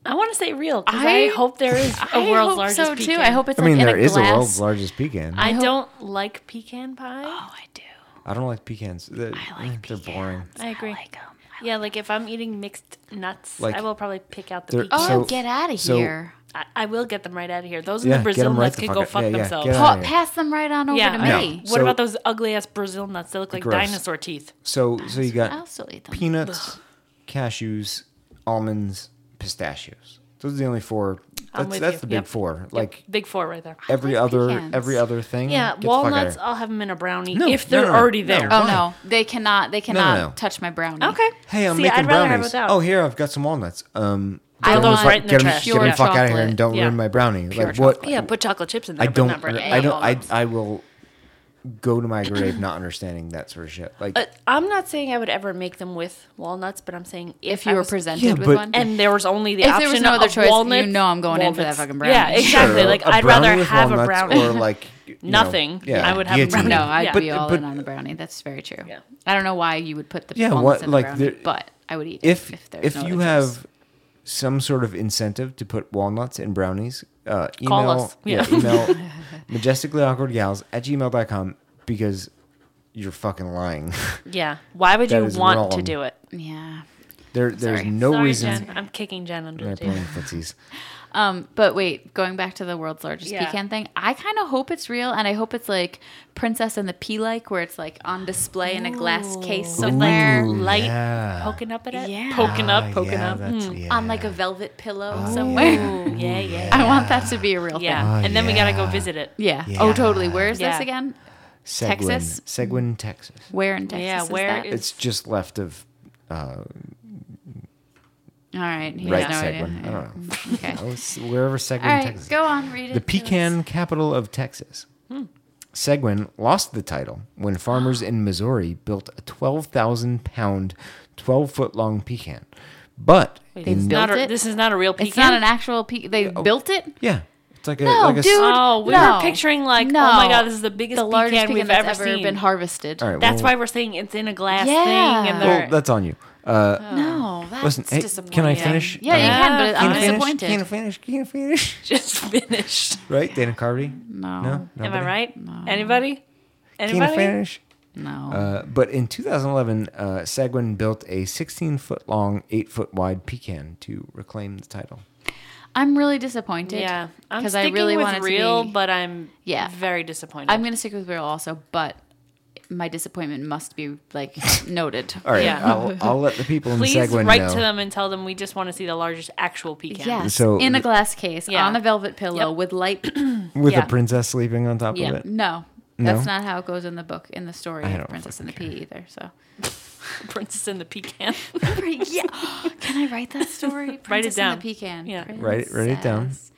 I want to say real 'cause I,
I-
hope there is a world's largest
so
pecan.
too. I hope it's
I
like
mean,
in
there
a
is
glass.
a world's largest pecan. I,
I,
hope-
don't like pecan pie.
Oh, I do.
don't like pecans. They're,
like
they're boring.
I agree.
Like 'em.
yeah, like if I'm eating mixed nuts,
Like-
I will probably pick out the
They're-
pecan.
Oh,
So-
get out of
so-
here.
I, I will get them right out of here. Those
Yeah,
in
get
the Brazil
'em right
nuts
the
can
fuck
go
out-
fuck
yeah, yeah, get
themselves.
out.
Pa-
yeah.
pass them right on over
Yeah,
to
I know.
No.
me.
What
So-
about those ugly ass Brazil nuts that look like
Gross.
dinosaur teeth?
So, so you
I'll
got
still eat them.
peanuts, cashews, almonds, pistachios. Those are the only four. That's,
with
that's
you.
the big
Yep.
four. Like
Big four right there.
every
like
other
pecans.
every other thing.
Yeah,
get the fuck outta
walnuts.
here.
I'll have them in a brownie
No,
if
no,
they're
no, no,
already
no.
there.
Oh
Why?
no, they cannot. They cannot
no.
touch my brownie.
Okay.
Hey, I'm
See,
making
I'd rather have
brownies.
without.
Oh, here I've got some walnuts. Um,
I
get 'em
want
the fuck-
right in the
get 'em-
trash.
Get 'em the
Pure
fuck out of here and
chocolate.
don't
Yeah.
ruin my brownie.
Pure
like what?
chocolate.
Yeah, put chocolate chips in
I
there, but
don't.
not brownie.
I don't. I,
almonds.
I will go to my grave not understanding that sort of shit. Like
Uh, I'm not saying I would ever make them with walnuts, but I'm saying if,
If you
I
were
was-
presented
Yeah,
with
but-
one,
and there was only the
If
option
there was no other
of
choice, you
walnuts,
know I'm going in for that
walnuts.
fucking brownie.
Yeah,
sure,
exactly. Like
a
I'd
brownie
rather
with
have a
walnuts
brownie.
or like you know,
Nothing. I would have a
guillotine.
brownie.
No, I'd
Yeah.
be all
but-
in on the brownie. That's very true.
Yeah.
I don't know why you would put the
Yeah,
walnuts
what-
in the
like,
brownie,
there-
but I would eat it
if
if,
if,
there's no other
you
choice.
have some sort of incentive to put walnuts in brownies, uh, email
Call us.
yeah,
Yeah.
email majestically awkward gals at gmail.com because you're fucking lying.
Yeah. Why would
That
you
is
want to
wrong.
do it?
yeah.
there, there's
Sorry.
no
Sorry,
reason.
Jen. I'm kicking Jen under
They're
the
playing
table.
footsies.
Um, but wait, going back to the world's largest
Yeah.
pecan thing, I kind of hope it's real, and I hope it's like Princess and the Pea like, where it's like on display in a glass case somewhere,
Ooh,
like
yeah.
Poking up at it.
Yeah.
Poking up.
Ah,
Poking
yeah,
up.
that's-
Mm.
yeah.
Hmm. on like a velvet pillow
Oh,
somewhere.
yeah.
Yeah, yeah.
I want that to be a real
Yeah.
thing.
Oh,
and then we gotta go
yeah.
visit it.
Yeah. Oh,
Yeah.
totally. Where is
Yeah.
this again?
Seguin,
Texas?
Seguin, Texas.
Where in Texas?
Yeah,
is
where
that?
is-
It's just left of uh,
All right. He
right
has no
Seguin. I
idea.
don't know.
Okay.
Oh, it's wherever Seguin,
All right,
Texas.
go on, read it.
the
to us.
pecan capital of Texas. Seguin lost the title when farmers in Missouri built a 12,000 pound, 12 foot long pecan. But,
It's
in-
built
not a-
it?
This is not a real pecan.
It's not an actual pecan. They built it.
yeah, it's Oh. like a,
No,
like a s-
dude.
Oh, we
No.
were picturing like,
No.
oh my god, this is the biggest
The largest pecan
pecan, we've
that's
ever,
ever
seen.
been harvested.
All right,
That's
well,
why we're saying it's in a glass
Yeah.
thing. And they're,
Well, oh, that's on you. Uh,
No, that's
listen, hey, can I finish?
Yeah, you
Uh,
can, but
Yeah,
I'm
fine.
finish?
disappointed.
Can I finish? Can I finish?
just finished.
Right, Dana Carvey?
No,
No?
no,
Am I
Nobody?
right? Anybody?
Can I
Anybody?
finish? Uh, but in 2011, uh, Seguin built a 16 foot long, 8 foot wide pecan to reclaim the title.
I'm really disappointed.
Yeah, I'm
because
sticking
I really
with
wanted
real,
to be,
but I'm
Yeah.
very disappointed.
I'm gonna stick with real also. But my disappointment must be like noted.
All right,
Yeah.
I'll, I'll let the people in
Please
Seguin
write
know.
to them and tell them we just want to see the largest actual pecan.
Yes,
So-
in a glass case
Yeah.
on a velvet pillow
Yep.
with light.
with
Yeah.
a princess sleeping on top
Yeah.
of it.
No,
No?
that's not how it goes in the book in the story
I
of
don't
Princess and the Pea either. So
Princess and the pecan.
yeah, can I write that story? Princess
down.
And the pecan.
Yeah.
Write it- write it down.
Princess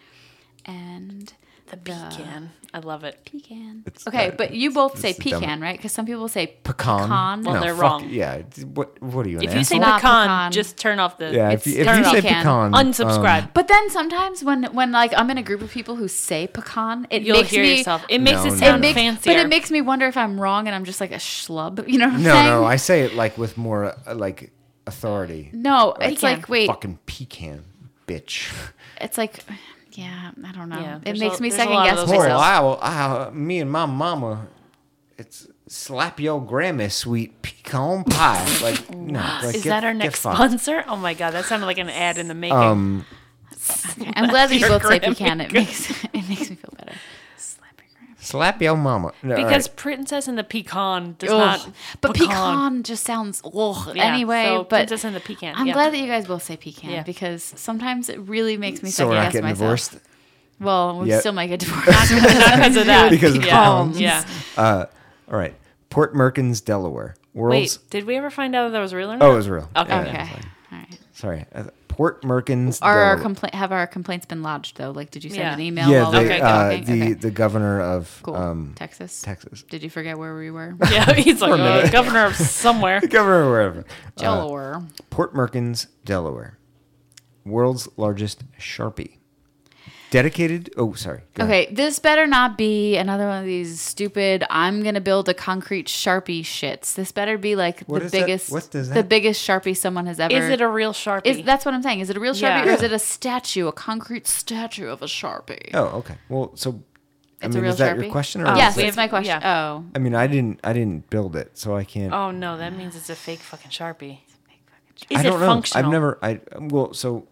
And
the pecan. I love it.
pecan.
It's-
okay,
uh,
but you both say
it's the dumb-
pecan, right? Because some people say
Pecan.
pecan.
Well,
no,
they're
fuck,
wrong.
Yeah. it's- What What are you? An
If you say
asshole?
Not
pecan,
pecan.
just turn off the.
yeah, if
it's-
you, if
turn
you
it off.
say
Pecan.
pecan, um,
unsubscribe.
But then sometimes when when like I'm in a group of people who say pecan, it
You'll
makes
hear
me
yourself. It makes
No,
it
no,
it
sound
no.
makes,
fancier.
but it makes me wonder if I'm wrong and I'm just like a schlub. You know what I'm
no,
saying?
no, I say it like with more uh, like authority.
no, it's
Pecan.
like wait,
Fucking pecan, bitch.
it's like yeah, I don't know.
Yeah,
it
there's
makes
a-
me
there's a
second
lot of
guess
those
Oh,
Myself.
myself.
I, will- I, me and my mama, it's slap your grandma sweet pecan pie. Like, no, like,
Is
get-
that our
get
next
fucked.
sponsor? Oh my god, that sounded like an ad in the making.
Um,
I'm glad that you
Your
both say
Grammy
pecan. It makes it makes me feel better. Slap your Grammy.
slap your mama. No, all right.
because Princess and the pecan does
Ugh.
not.
but pecan. just sounds ugh.
Yeah,
anyway,
so
but
Princess and the pecan.
I'm
yeah.
glad that you guys both say pecan
Yeah.
because sometimes it really makes me
so
second
we're not
guess
getting
myself.
divorced.
Well, we
Yep.
still might get divorced.
because of that.
Because of
yeah.
pounds.
Yeah.
All right. Port Merkins, Delaware. World's.
Wait, did we ever find out if that was real or not?
Oh, it was real.
Okay.
Yeah,
okay.
sorry.
All right.
Sorry. Uh, Port Merkins.
Are our
Delaware.
compla- have our complaints been lodged though? Like, did you send
Yeah.
an email?
Yeah,
while
the,
we were
Okay,
uh,
talking?
the,
Okay.
the governor of
cool.
um,
Texas.
Texas.
Did you forget where we were?
Yeah, he's like
a
uh,
minute.
governor of somewhere.
The governor of wherever. Uh,
Delaware.
Port Merkins, Delaware. World's largest Sharpie. Dedicated. Oh, sorry. Go ahead.
Okay, this better not be another one of these stupid. I'm gonna build a concrete sharpie shits. This better be like
What
the
is that?
biggest,
What does
the
that-
biggest sharpie someone has ever.
Is it a real sharpie?
Is that's what I'm saying? Is it a real sharpie
Yeah.
or is it a statue, a concrete statue of a sharpie?
Oh, okay. Well, so. I
It's
mean,
a real
is that
sharpie.
your question? Or is
yes,
that-
that's my question. Oh,
I mean, I didn't. I didn't build it, so I can't.
Oh no, that means it's a fake fucking sharpie. Is
I
it
don't know.
functional?
I've never. I um, well, so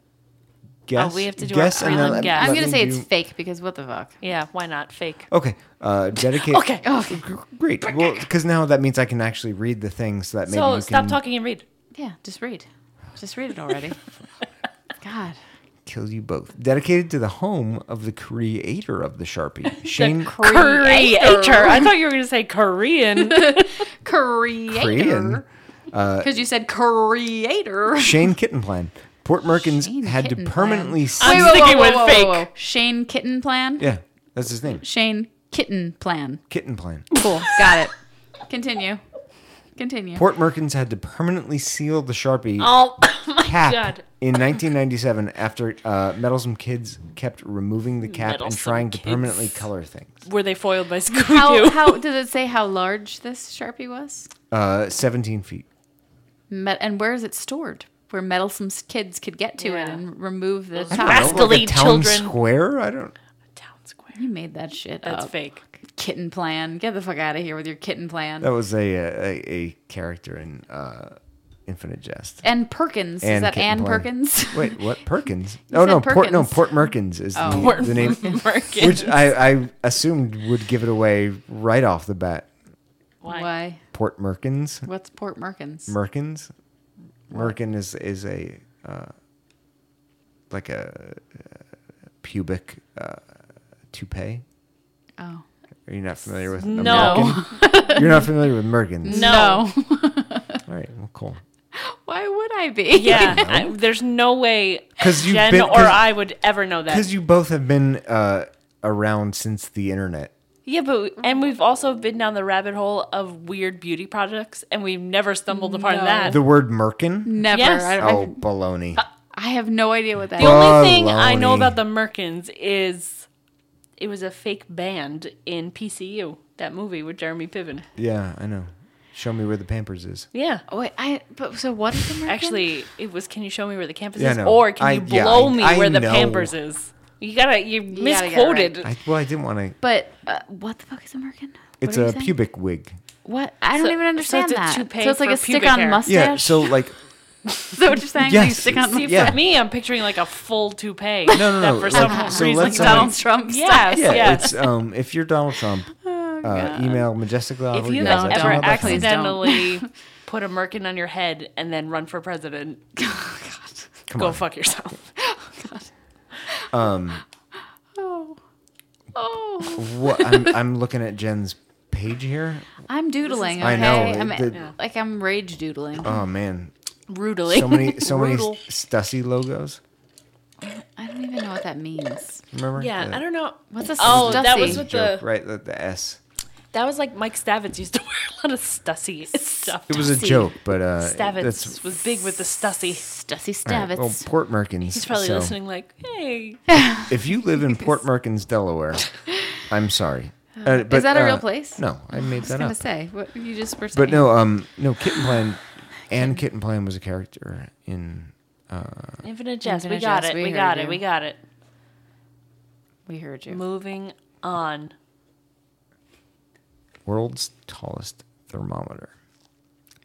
guess.
we have to do our
guess and then
prelim
let-
guess.
I'm
let
gonna
me
say
do-
it's fake because what the fuck?
Yeah, why not fake?
Okay. Uh, dedicate.
Okay.
Okay.
Great. Well, because now that means I can actually read the things that maybe
So
you
stop
can
talking and read.
Yeah, just read, just read it already. God,
kill you both. Dedicated to the home of the creator of the Sharpie, Shane
Creator. I thought you were going to say Korean.
creator.
Korean.
Because you said creator.
Shane Kittenplan. Port Merkins
Shane
had to
Kittenplan.
permanently.
I'm
cease-
sticking with fake.
Shane Kitten Plan.
yeah, that's his name.
Shane Kitten Plan.
Kittenplan.
Cool. Got it. Continue. Continue.
Port Merkins had to permanently seal the Sharpie
oh my
cap
god.
in 1997 after uh, meddlesome kids kept removing the cap and
Meddlesome
trying to
kids.
permanently color things.
Were they foiled by Scooby
How
Doo?
how does it say how large this Sharpie was?
Uh, 17 feet.
Met, and where is it stored? Where meddlesome kids could get to it
Yeah.
and remove
I
the
don't know,
top.
Rascally
town
children.
square. I don't.
Town Square. Oh.
You made that shit
That's
up.
fake.
Kitten Plan. Get the fuck out of here with your Kitten Plan.
That was a a, a character in uh, Infinite Jest.
and Perkins. is
And
that
Kitten
Ann
Plan.
Perkins?
Wait, what Perkins? oh no,
said
Port no
Perkins. Oh,
Port Merkins is the,
Port
the name,
Merkin.
which I, I assumed would give it away right off the bat.
Why?
Why?
Port Merkins,
What's Port Merkins?
Merkins, Merkin is is a uh, like a uh, pubic uh, toupee.
oh.
Are you not familiar with a
No.
Merkin? You're not familiar with Merkins.
No.
All right, well, cool.
Why would I be?
Yeah. I- there's no way
'Cause you've
Jen
been-
or
'cause-
I would ever know that.
Because you both have been uh, around since the internet.
Yeah, but and we've also been down the rabbit hole of weird beauty products, and we've never stumbled upon that.
The word Merkin.
Never.
Yes.
I, I-
Oh, baloney.
Uh,
I have no idea what that
the
is.
only thing I know
baloney.
about the Merkins is it was a fake band in PCU, that movie with Jeremy Piven.
Yeah, I know. Show me where the Pampers is.
Yeah.
Wait, I. But so what is American?
Actually, it was can you show me where the campus
Yeah, I
is?
know.
Or can
I-
you
yeah,
blow
I-
me
I
where the
know.
Pampers is? You gotta you,
gotta get it
misquoted.
right.
I, well, I didn't want to.
But uh, what the fuck is American?
It's
what are you
a
saying?
pubic wig.
What? I don't
So-
even
so
understand
it's a
that.
toupee
So it's like
for
a
pubic
stick-on
hair.
mustache.
Yeah. So like,
Is that what you're saying?
Yes.
You stick on
See,
Yeah.
for me, I'm picturing like a full toupee.
no, no,
That for
like-
some
so
reason,
let's,
like
um,
Donald
Donald Trump.
Yes,
yeah,
yes.
it's um, if you're Donald Trump,
Oh,
uh, email majestically.
Oh, If you
guys
have
at
ever
gmail.com.
accidentally put a merkin on your head and then run for president,
Come
go
on.
fuck yourself.
Oh,
What, I'm, I'm looking at Jen's page here.
I'm doodling. Okay?
I know,
I'm,
it- the-
like I'm rage doodling.
Oh man,
Rudely.
so many, so many
Brutal.
Stussy logos.
I don't even know what that means.
Remember?
Yeah,
The
I don't know.
What's a
Oh, that
stussy?
was with
joke,
the
right? The, the S.
that was like Mike Stavitz used to wear a lot of stussy stuff.
It was a joke, but uh,
Stavitz
that's
was big with the stussy.
Stussy
all right,
Stavitz.
well, Port Merkins.
He's probably
so
listening, like, hey,
If you live in Port Merkins, Delaware, I'm sorry. Uh, but,
that a
uh,
real place?
No, I made
I was
that
gonna
up.
say what you just were saying.
But no, um, no, Kitten Plan, and Kitten Plan was a character in.
Infinite Jest, we
Infinite
got
Jest,
it,
we
we
heard
got
you.
it, we got it.
we heard you.
Moving on.
world's tallest thermometer.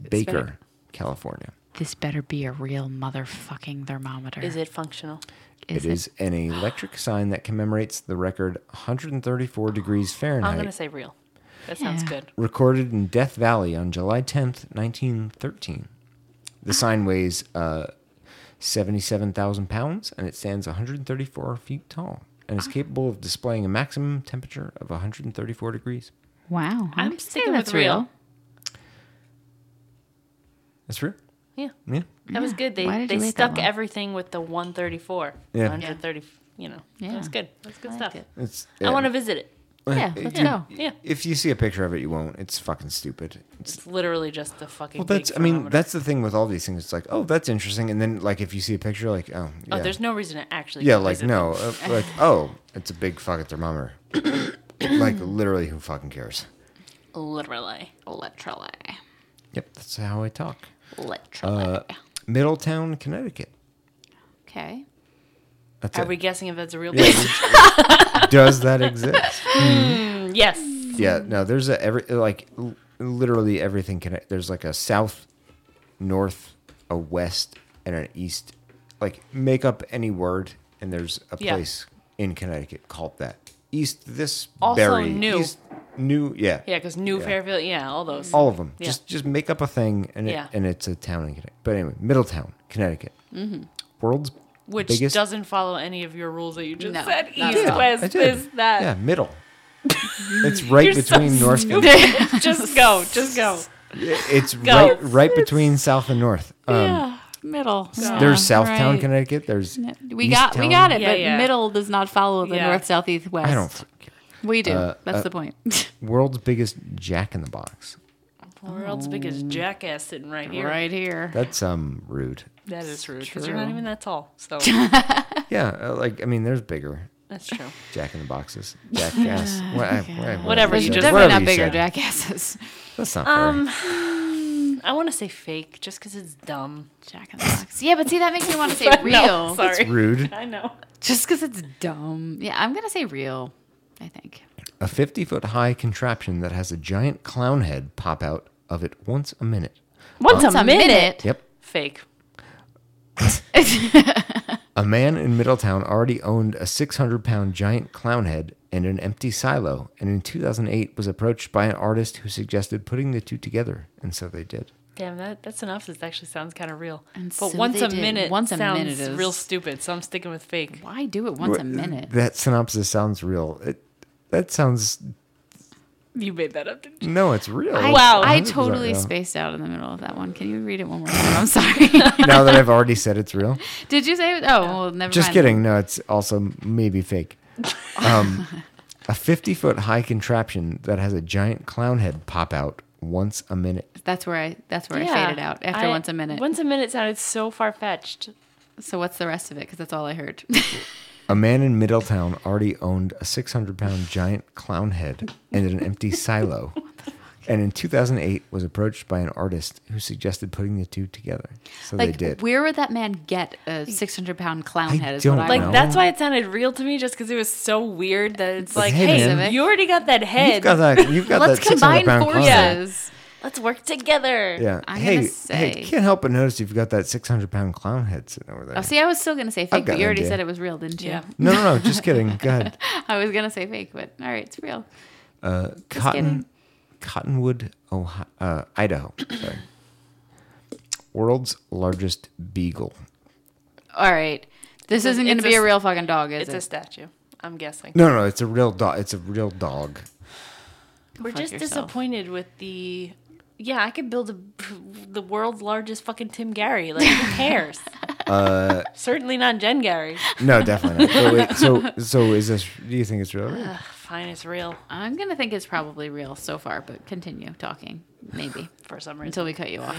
Baker, California.
This better be a real motherfucking thermometer.
Is it functional?
Is
it is an electric sign that commemorates the record 134 degrees
I'm
Fahrenheit
gonna say real. That sounds
Yeah.
good.
recorded in Death Valley on July 10th, 1913. The sign weighs uh, 77,000 pounds and it stands 134 feet tall. and is capable of displaying a maximum temperature of 134 degrees.
Wow.
I'm
gonna say
sticking with real.
That's true.
Yeah.
Yeah.
That was good. They
Why did
they
you wait that
stuck
long?
everything with the 134.
Yeah.
130. You know.
Yeah.
That's good. That's good
I liked
stuff.
it.
It's,
I want to visit it.
Yeah, let's
you-
go.
Yeah.
If you see a picture of it, you won't. It's fucking stupid. It's,
It's literally just the fucking.
well, that's.
big
I mean,
thermometer.
that's the thing with all these things. It's like, oh, that's interesting, and then like if you see a picture, like, oh, yeah,
Oh, there's no reason to actually.
yeah,
go
like
visit
no, uh, like oh, it's a big fucking thermometer. like literally, who fucking cares?
it. Literally.
Literally.
Yep, that's how I talk.
Literally.
Uh, Middletown, Connecticut.
Okay.
That's
Are
it.
we guessing if that's a real
Yeah,
place?
which- does that exist?
yes.
Yeah, no, there's a every like l- literally everything connect. There's like a south, north, a west, and an east. Like make up any word, and there's a
Yeah.
place in Connecticut called that. East this
Also
Berry,
new.
East, new yeah,
Yeah, because New Fairfield. Yeah, all those.
all of them.
Yeah.
Just just make up a thing, and it,
Yeah.
and it's a town in Connecticut. But anyway, Middletown, Connecticut, mm-hmm. world's
Which
biggest
doesn't follow any of your rules that you just
No,
said.
not at
East,
all.
I
west,
did.
this, that.
Yeah, middle. it's right
You're so
between north and
stupid. just go. Just go.
it's
Go.
right right between south and north. Um,
yeah. Middle.
There's Southtown,
right.
Connecticut. There's
We got we
Easttown.
got it,
Yeah,
but
yeah.
middle does not follow the
Yeah.
north, south, east, west.
I don't fucking care.
We do.
Uh,
That's
uh,
the point.
World's biggest Jack in the Box.
World's biggest jackass sitting right here.
right here.
That's um rude.
That is rude because you're not even that tall. So
Yeah, uh, like I mean, there's bigger
that's true.
Jack in the Boxes. Jackass. Wha- I- wha-
Whatever
you
you
said.
just-
Definitely
Whatever
not
you
bigger
said.
jackasses.
That's not
Um,
fair.
I want to say fake just because it's dumb.
Jack in the box. Yeah, but see, that makes me want to say
But
real.
No, sorry.
Rude.
I know.
Just because it's dumb. Yeah, I'm gonna say real. I think.
A 50 foot high contraption that has a giant clown head pop out of it once a minute.
Once,
It's a minute.
Yep.
Fake.
A man in Middletown already owned a 600 pound giant clown head and an empty silo, and in 2008 was approached by an artist who suggested putting the two together, and so they did.
Damn, that, that's enough. This actually sounds kind of real.
And
but
so
once
they
a
did.
minute
Once a
sounds
minute is-
real stupid, so I'm sticking with fake.
Why do it once a
Wha-
minute?
That synopsis sounds real. It, that sounds
You made that up. Didn't you?
no, it's real.
I,
It's
Wow.
I
100%
totally
real.
spaced out in the middle of that one. Can you read it one more time? I'm sorry.
now that I've already said it's real.
Did you say? Oh, well, never
Just
mind.
kidding. No, it's also maybe fake. Um, a 50 foot high contraption that has a giant clown head pop out once a minute.
That's where I. That's where I faded out after
I-
once a minute.
Once a minute sounded so far fetched.
So what's the rest of it? Because that's all I heard.
A man in Middletown already owned a 600 pound giant clown head and an empty silo. And in 2008 was approached by an artist who suggested putting the two together. So
like,
they did.
where would that man get a 600 pound clown
I
head? Is
don't
what
know.
I
Like
want.
that's why it sounded real to me, just because it was so weird that it's like,
hey,
hey,
man.
you already got that head.
You've got that. You've got
Let's
that 600
combine
pound clown head.
forces.
Let's work together.
Yeah.
I'm
hey,
gonna
hey,
say-
can't help but notice you've got that 600 pound clown head sitting over there.
Oh, see, I was still gonna say fake,
got
but
an
you already
idea.
said it was real, didn't you?
Yeah.
no, no, no. Just kidding. Go ahead.
I was gonna say fake, but all right, it's real.
Uh, cotton, Cottonwood, Ohio, uh, Idaho. Sorry. World's largest beagle.
All right, this isn't gonna
it's
be
a
a
s-
real fucking dog, is
It's
it?
a statue. I'm guessing.
No, no, it's a real dog. It's a real dog.
We're
fuck
just
yourself.
disappointed with the. Yeah, I could build a, the world's largest fucking Tim Gary. Like, who cares?
Uh,
Certainly not Jen Gary.
No, definitely not. So, wait, so, so is this? Do you think it's real?
Ugh, fine, it's real
I'm gonna think it's probably real so far, but continue talking, maybe
for some reason.
until we cut you off.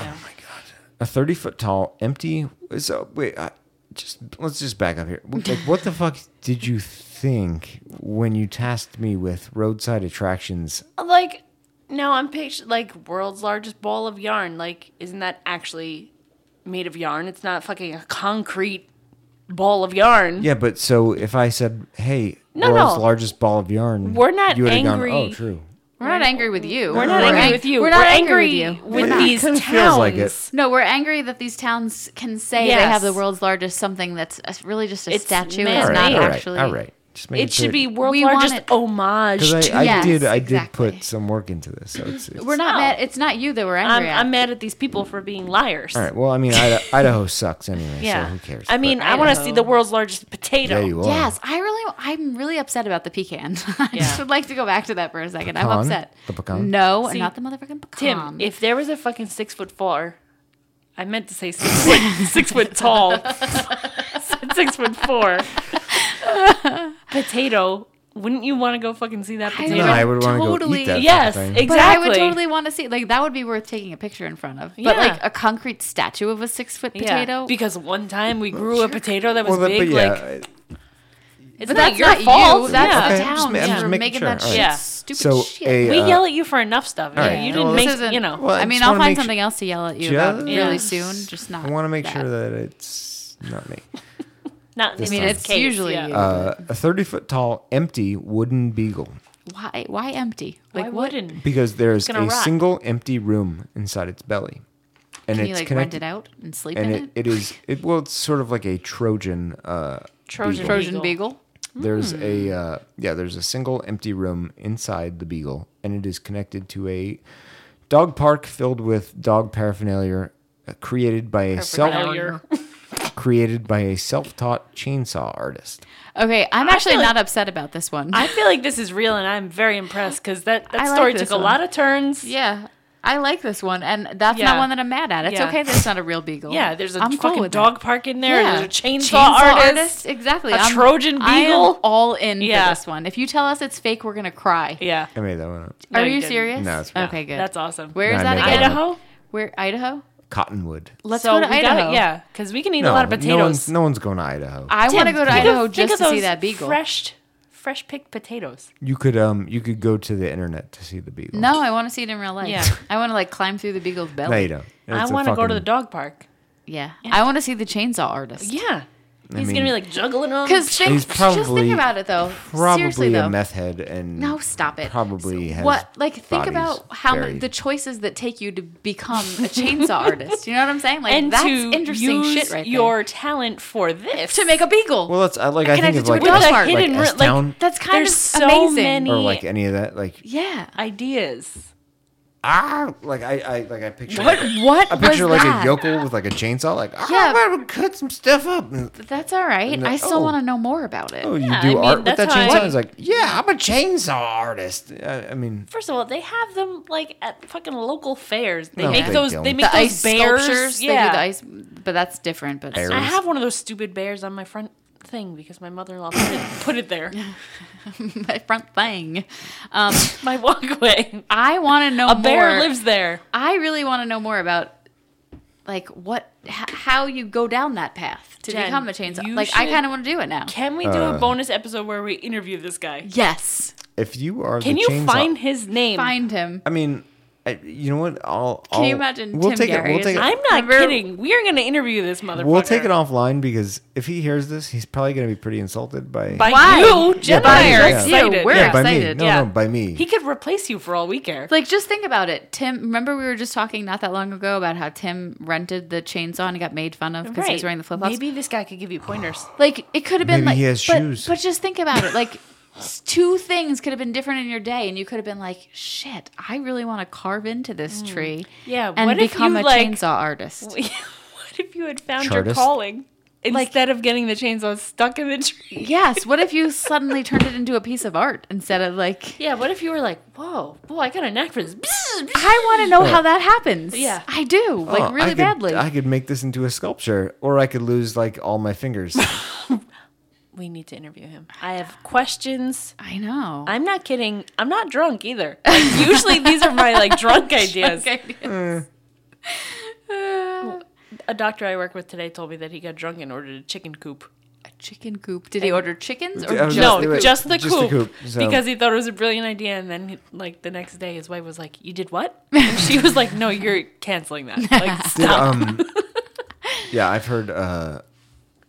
A thirty foot tall, empty. So wait, I, just let's just back up here. What- Like, what the fuck did you think when you tasked me with roadside attractions
Like, no, I'm picturing like world's largest ball of yarn. Like, isn't that actually made of yarn? It's not fucking a concrete ball of yarn.
Yeah, but so if I said, "Hey,
No,
world's
no.
largest ball of yarn,"
We're not
you would've
angry.
Gone, oh, true.
We're not angry with you.
We're not angry with you.
We're not angry, with you.
with,
We're not.
these
Kinda
towns.
feels like it.
No, we're angry that these towns can say they have the
Yes.
world's largest something that's a- really just a
It's
statue.
man-made.
It's
All right,
not
Alright,
all right,
actually.
all right. Just make
It should be
thirty.
world's
We want
largest
it.
homage.
Because
to-
I, I
Yes,
did, I did
exactly.
put some work into this. So it's, it's,
We're not
No.
mad. It's not you that we're
I'm,
angry at.
I'm mad at these people for being liars.
all right. Well, I mean, Ida, Idaho sucks anyway.
Yeah.
So who cares?
I
But
mean, I want to
Idaho.
see the world's largest potato.
there you are.
Yes, I really, I'm really upset about the pecan. I just
Yeah.
would like to go back to that for a second. I'm
Pecan?
upset.
The pecan?
No,
See,
not the motherfucking
Tim,
pecan.
if there was a fucking six foot four, I meant to say six foot, six foot tall, six foot four potato. Wouldn't you want to go fucking see that potato?
No, I would want to go
Totally.
eat that.
yes,
fucking
exactly.
thing.
but I would totally want to see. Like that would be worth taking a picture in front of. But
Yeah.
like a concrete statue of a six foot
Yeah,
potato.
because one time we grew a potato that was
Well, that-
big.
but yeah,
Like
I-
it's
but
not
that's
your
not
fault.
you. That's
yeah.
Okay,
the
I'm just
town
ma- I'm
for
just making
making
sure.
that
All
shit.
right.
Stupid
so
shit.
a
we
uh,
yell at you for enough stuff.
all right,
Yeah, you
well,
didn't
this
make.
isn't-
You know.
well,
I
I
mean,
just
I'll
wanna
find
make su-
something else to yell at you about
Just-
really
Yeah.
soon. Just not.
I want to make
that.
sure that it's not me.
Not.
This
I
mean,
mean,
time.
it's
it's
case,
usually
yeah.
you.
Uh, a thirty foot tall empty wooden beagle
Why? Why empty?
Like
Like
why
what?
wouldn't?
because there's a
gonna rot.
single empty room inside its belly, and
Can
it's
you like rent
connected.
it out and sleep
and
in
it, it
it?
is it well it's sort of like a trojan uh
Trojan
beagle.
Hmm.
Trojan
Beagle.
beagle.
there's a uh, yeah there's a single empty room inside the beagle and it is connected to a dog park filled with dog paraphernalia uh, created by a self
Paraphernalia.
created by a self-taught chainsaw artist
Okay, I'm actually
feel like-
not upset about this one.
I feel like this is real, and I'm very impressed because that, that
I like
story
this
took a
one.
lot of turns.
Yeah. I like this one, and that's
Yeah.
not one that I'm mad at. It's
Yeah.
okay that it's not a real beagle.
Yeah, there's a
I'm cool
fucking
with
dog
that.
park in there.
Yeah.
There's a chainsaw, artist.
artist. Exactly.
a Trojan
I am
beagle.
all in
Yeah.
for this one. If you tell us it's fake, we're going to cry.
Yeah.
i made that one up
No,
Are
you
you
didn't.
serious?
No, it's fine.
Okay, good.
That's awesome.
Where
No, I
is that
made
again?
that up.
Idaho?
Where Idaho?
cottonwood
Let's go
so
to
we got
Idaho.
it, yeah, because we can eat
no,
a lot of
no one's
potatoes.
no one's going to idaho
I want to go to
Think of-
Idaho
think
just
of
to see
those
that beagle.
Fresh, fresh picked potatoes.
you could um you could go to the internet to see the beagle
No, I want to see it in real life.
Yeah.
I want to like climb through the beagle's belly.
no you don't It's
I
a
want to go to the
fucking-
dog park.
Yeah. I want to see the chainsaw artist.
Yeah. He's
mean-
gonna be like juggling around.
Because think,
He's
just
probably-
think about it though. Seriously
probably
though.
a meth head and
No, stop it.
probably
So
has
what? Like, think
bodies
about how mu-
buried.
the choices that take you to become a chainsaw artist. You know what I'm saying? Like,
and
that's
to
interesting
use
shit, right
your talent for this
there. To make a beagle.
Well, that's I, like I,
Can I
think
just
of
do a
like
dog
with a
park,
hidden
like
ri-
S-Town?
that's kind
there's
of
so
amazing.
many-
or like any of that. Like
yeah.
ideas.
ah, like I, I like I picture
What?
like,
What
I picture
was
like
that?
a yokel with like a chainsaw. Like ah,
Yeah.
I would cut some stuff up. And,
But That's all right.
And the-
I still
oh.
want to know more about it.
oh, you
Yeah,
do
I mean,
art with
that's
that
how
chainsaw?
I-
It's like yeah, I'm a chainsaw artist. I, I mean,
First of all, they have them like at fucking local fairs. They
No,
make
they
those.
don't.
They make
the
those
ice
bears.
sculptures.
Yeah,
They do the ice, but that's different. But
Bears.
I have one of those stupid bears on my front thing because my mother-in-law put it, put it there.
my front thing. Um,
My walkway.
I want to know
A
more.
bear lives there.
I really want to know more about like what h- how you go down that path to
Jen,
become a chainsaw.
you
Like I
should-
kind of want to do it now.
Can we do
Uh.
a bonus episode where we interview this guy?
yes,
if you are
Can
the
you
chainsaw,
find his name?
find him.
I mean, I, you know what? I'll.
Can you
I'll-
imagine
We'll
Tim
take
Gary
it. We'll
is
take it.
I'm not
Remember-
kidding. We are going to interview this motherfucker.
We'll take it offline because if he hears this, he's probably going to be pretty insulted by.
By
Why?
you, Jen
by
and I are
you.
excited.
We're
yeah, by me.
excited,
No,
yeah.
no, by me.
He could replace you for all we care.
Like just think about it, Tim. Remember we were just talking not that long ago about how Tim rented the chainsaw and he got made fun of because he was wearing the flip flops.
Maybe this guy could give you pointers.
Like it could have
Maybe
been like
he has
but,
shoes.
but just think about it. Like s- two things could have been different in your day, and you could have been like, "Shit, I really want to carve into this tree."
Yeah,
and
what if
become
you,
a
like-
chainsaw artist.
what if you had found your
Chartist?
calling instead of getting the chainsaw stuck in the tree?
Yes. What if you suddenly turned it into a piece of art instead of like?
Yeah, what if you were like, whoa, boy, I got a knack for this.
I want to know how that happens.
Yeah.
I do. Like
Oh, I
really
could-
badly.
I could make this into a sculpture, or I could lose like all my fingers.
we need to interview him. I have questions.
I know.
I'm not kidding. I'm not drunk either. Like, usually these are my like drunk ideas. A doctor I work with today told me that he got drunk and ordered a chicken coop.
A chicken coop. Did he order chickens or
I was
just?
about
No,
to say, wait,
just the
just the
coop,
coop, so-
because he thought it was a brilliant idea. And then, he- like the next day, his wife was like, "You did what?" And she was like, "No, you're canceling that. Like,
Did,
stop."
um, yeah, I've heard. Uh,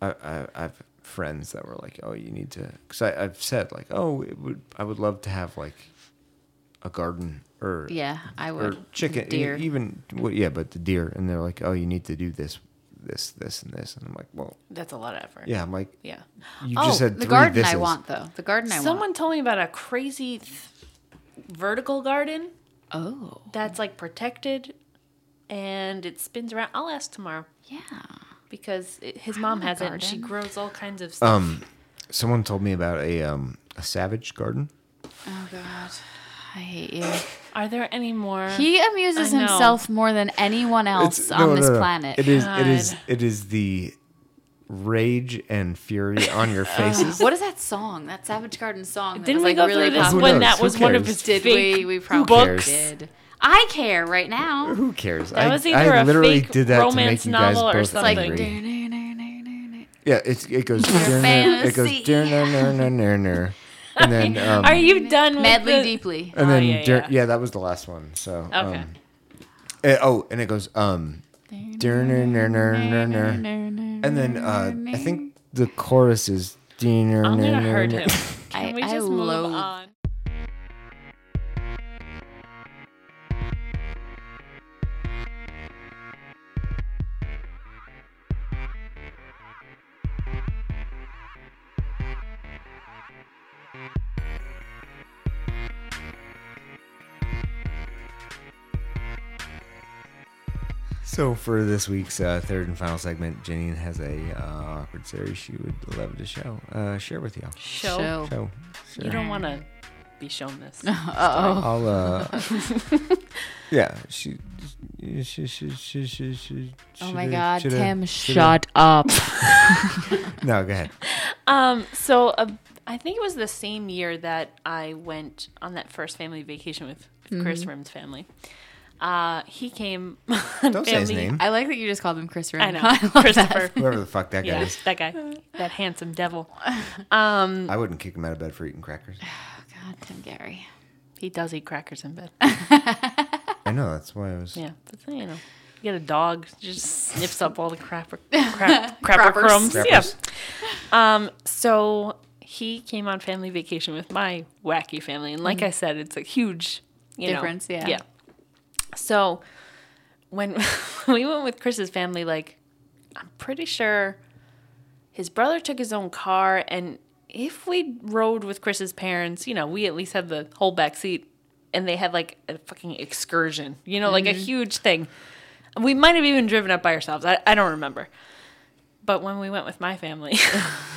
I, I, I've friends that were like, "Oh, you need to," because I've said like, "Oh, it would, I would love to have like a garden or
Yeah, I
or
would.
chicken, e-
Deer.
even well, yeah, but the deer." And they're like, "Oh, you need to do this this, this, and this. And I'm like, well,
That's a lot of effort.
yeah. I'm like,
Yeah.
you
oh,
just had
the
three
garden I
thises.
want though. The garden I
Someone told me about a crazy th- vertical garden
want. Oh,
that's like protected and it spins around. I'll ask tomorrow
yeah.
because it, his mom
want a
has it and she
garden.
grows all kinds of stuff.
Um, someone told me about a um a savage garden.
Oh God, I hate you.
Are there any more?
He amuses
I know.
himself more than anyone else
It's-
on
no, no,
this
no.
planet.
It is. It is. It is the rage and fury on your faces.
What is that song? That Savage Garden song? that
Didn't
was, like,
we go
really
through this
Who
popular?
when
knows?
that
Who
was one of
cares?
his
Did
fake
we? We probably
books?
did. I care right now.
Who cares?
That
I,
was
I
either a
literally
fake
did that
romance
to make you guys
novel or
both
something.
angry.
Like,
It's
Yeah, it's, it goes. it goes.
fantasy.
And then. Um,
Are you done with
Madly
the-
deeply.
And
Oh,
then,
yeah,
yeah, dur-
yeah.
yeah. that was the last one. So,
Okay.
um, eh, oh, and it goes, um, and then uh, I think the chorus is. I'm
I'm gonna hurt him.
I,
Can we
I
just move
loathe-
on?
So for this week's uh, third and final segment, Jenny has a uh, awkward story she would love to show, uh, share with y'all.
Show.
Show.
So
You don't want to be shown this.
Uh oh.
I'll, uh, yeah, she, she, she, she, she, she,
Oh my
shoulda-
God,
shoulda-
Tim,
shoulda-
shut up.
No, go ahead.
Um, so uh, I think it was the same year that I went on that first family vacation with Chris Rim's family. Uh, he came. on
Don't say his
family-
name.
I like that you just called him Chris Rim.
I know, Christopher.
Oh
Whoever the fuck that guy
Yeah,
is,
that guy, that handsome devil.
I wouldn't kick him out of bed for eating crackers.
God, Tim Gary.
He does eat crackers in bed.
I know that's why I was.
Yeah, but then, you know, you get a dog, just sniffs up all the crapper, crap, crapper
Crappers.
crumbs. Yeah.
Crappers.
Um. So he came on family vacation with my wacky family, and like I said, it's a huge you know,
Mm-hmm. Difference, yeah.
Yeah. So when we went with Chris's family, like I'm pretty sure his brother took his own car, and if we rode with Chris's parents, you know, we at least had the whole back seat, and they had like a fucking excursion, you know,
Mm-hmm.
like a huge thing. We might have even driven up by ourselves. I, I don't remember. But when we went with my family,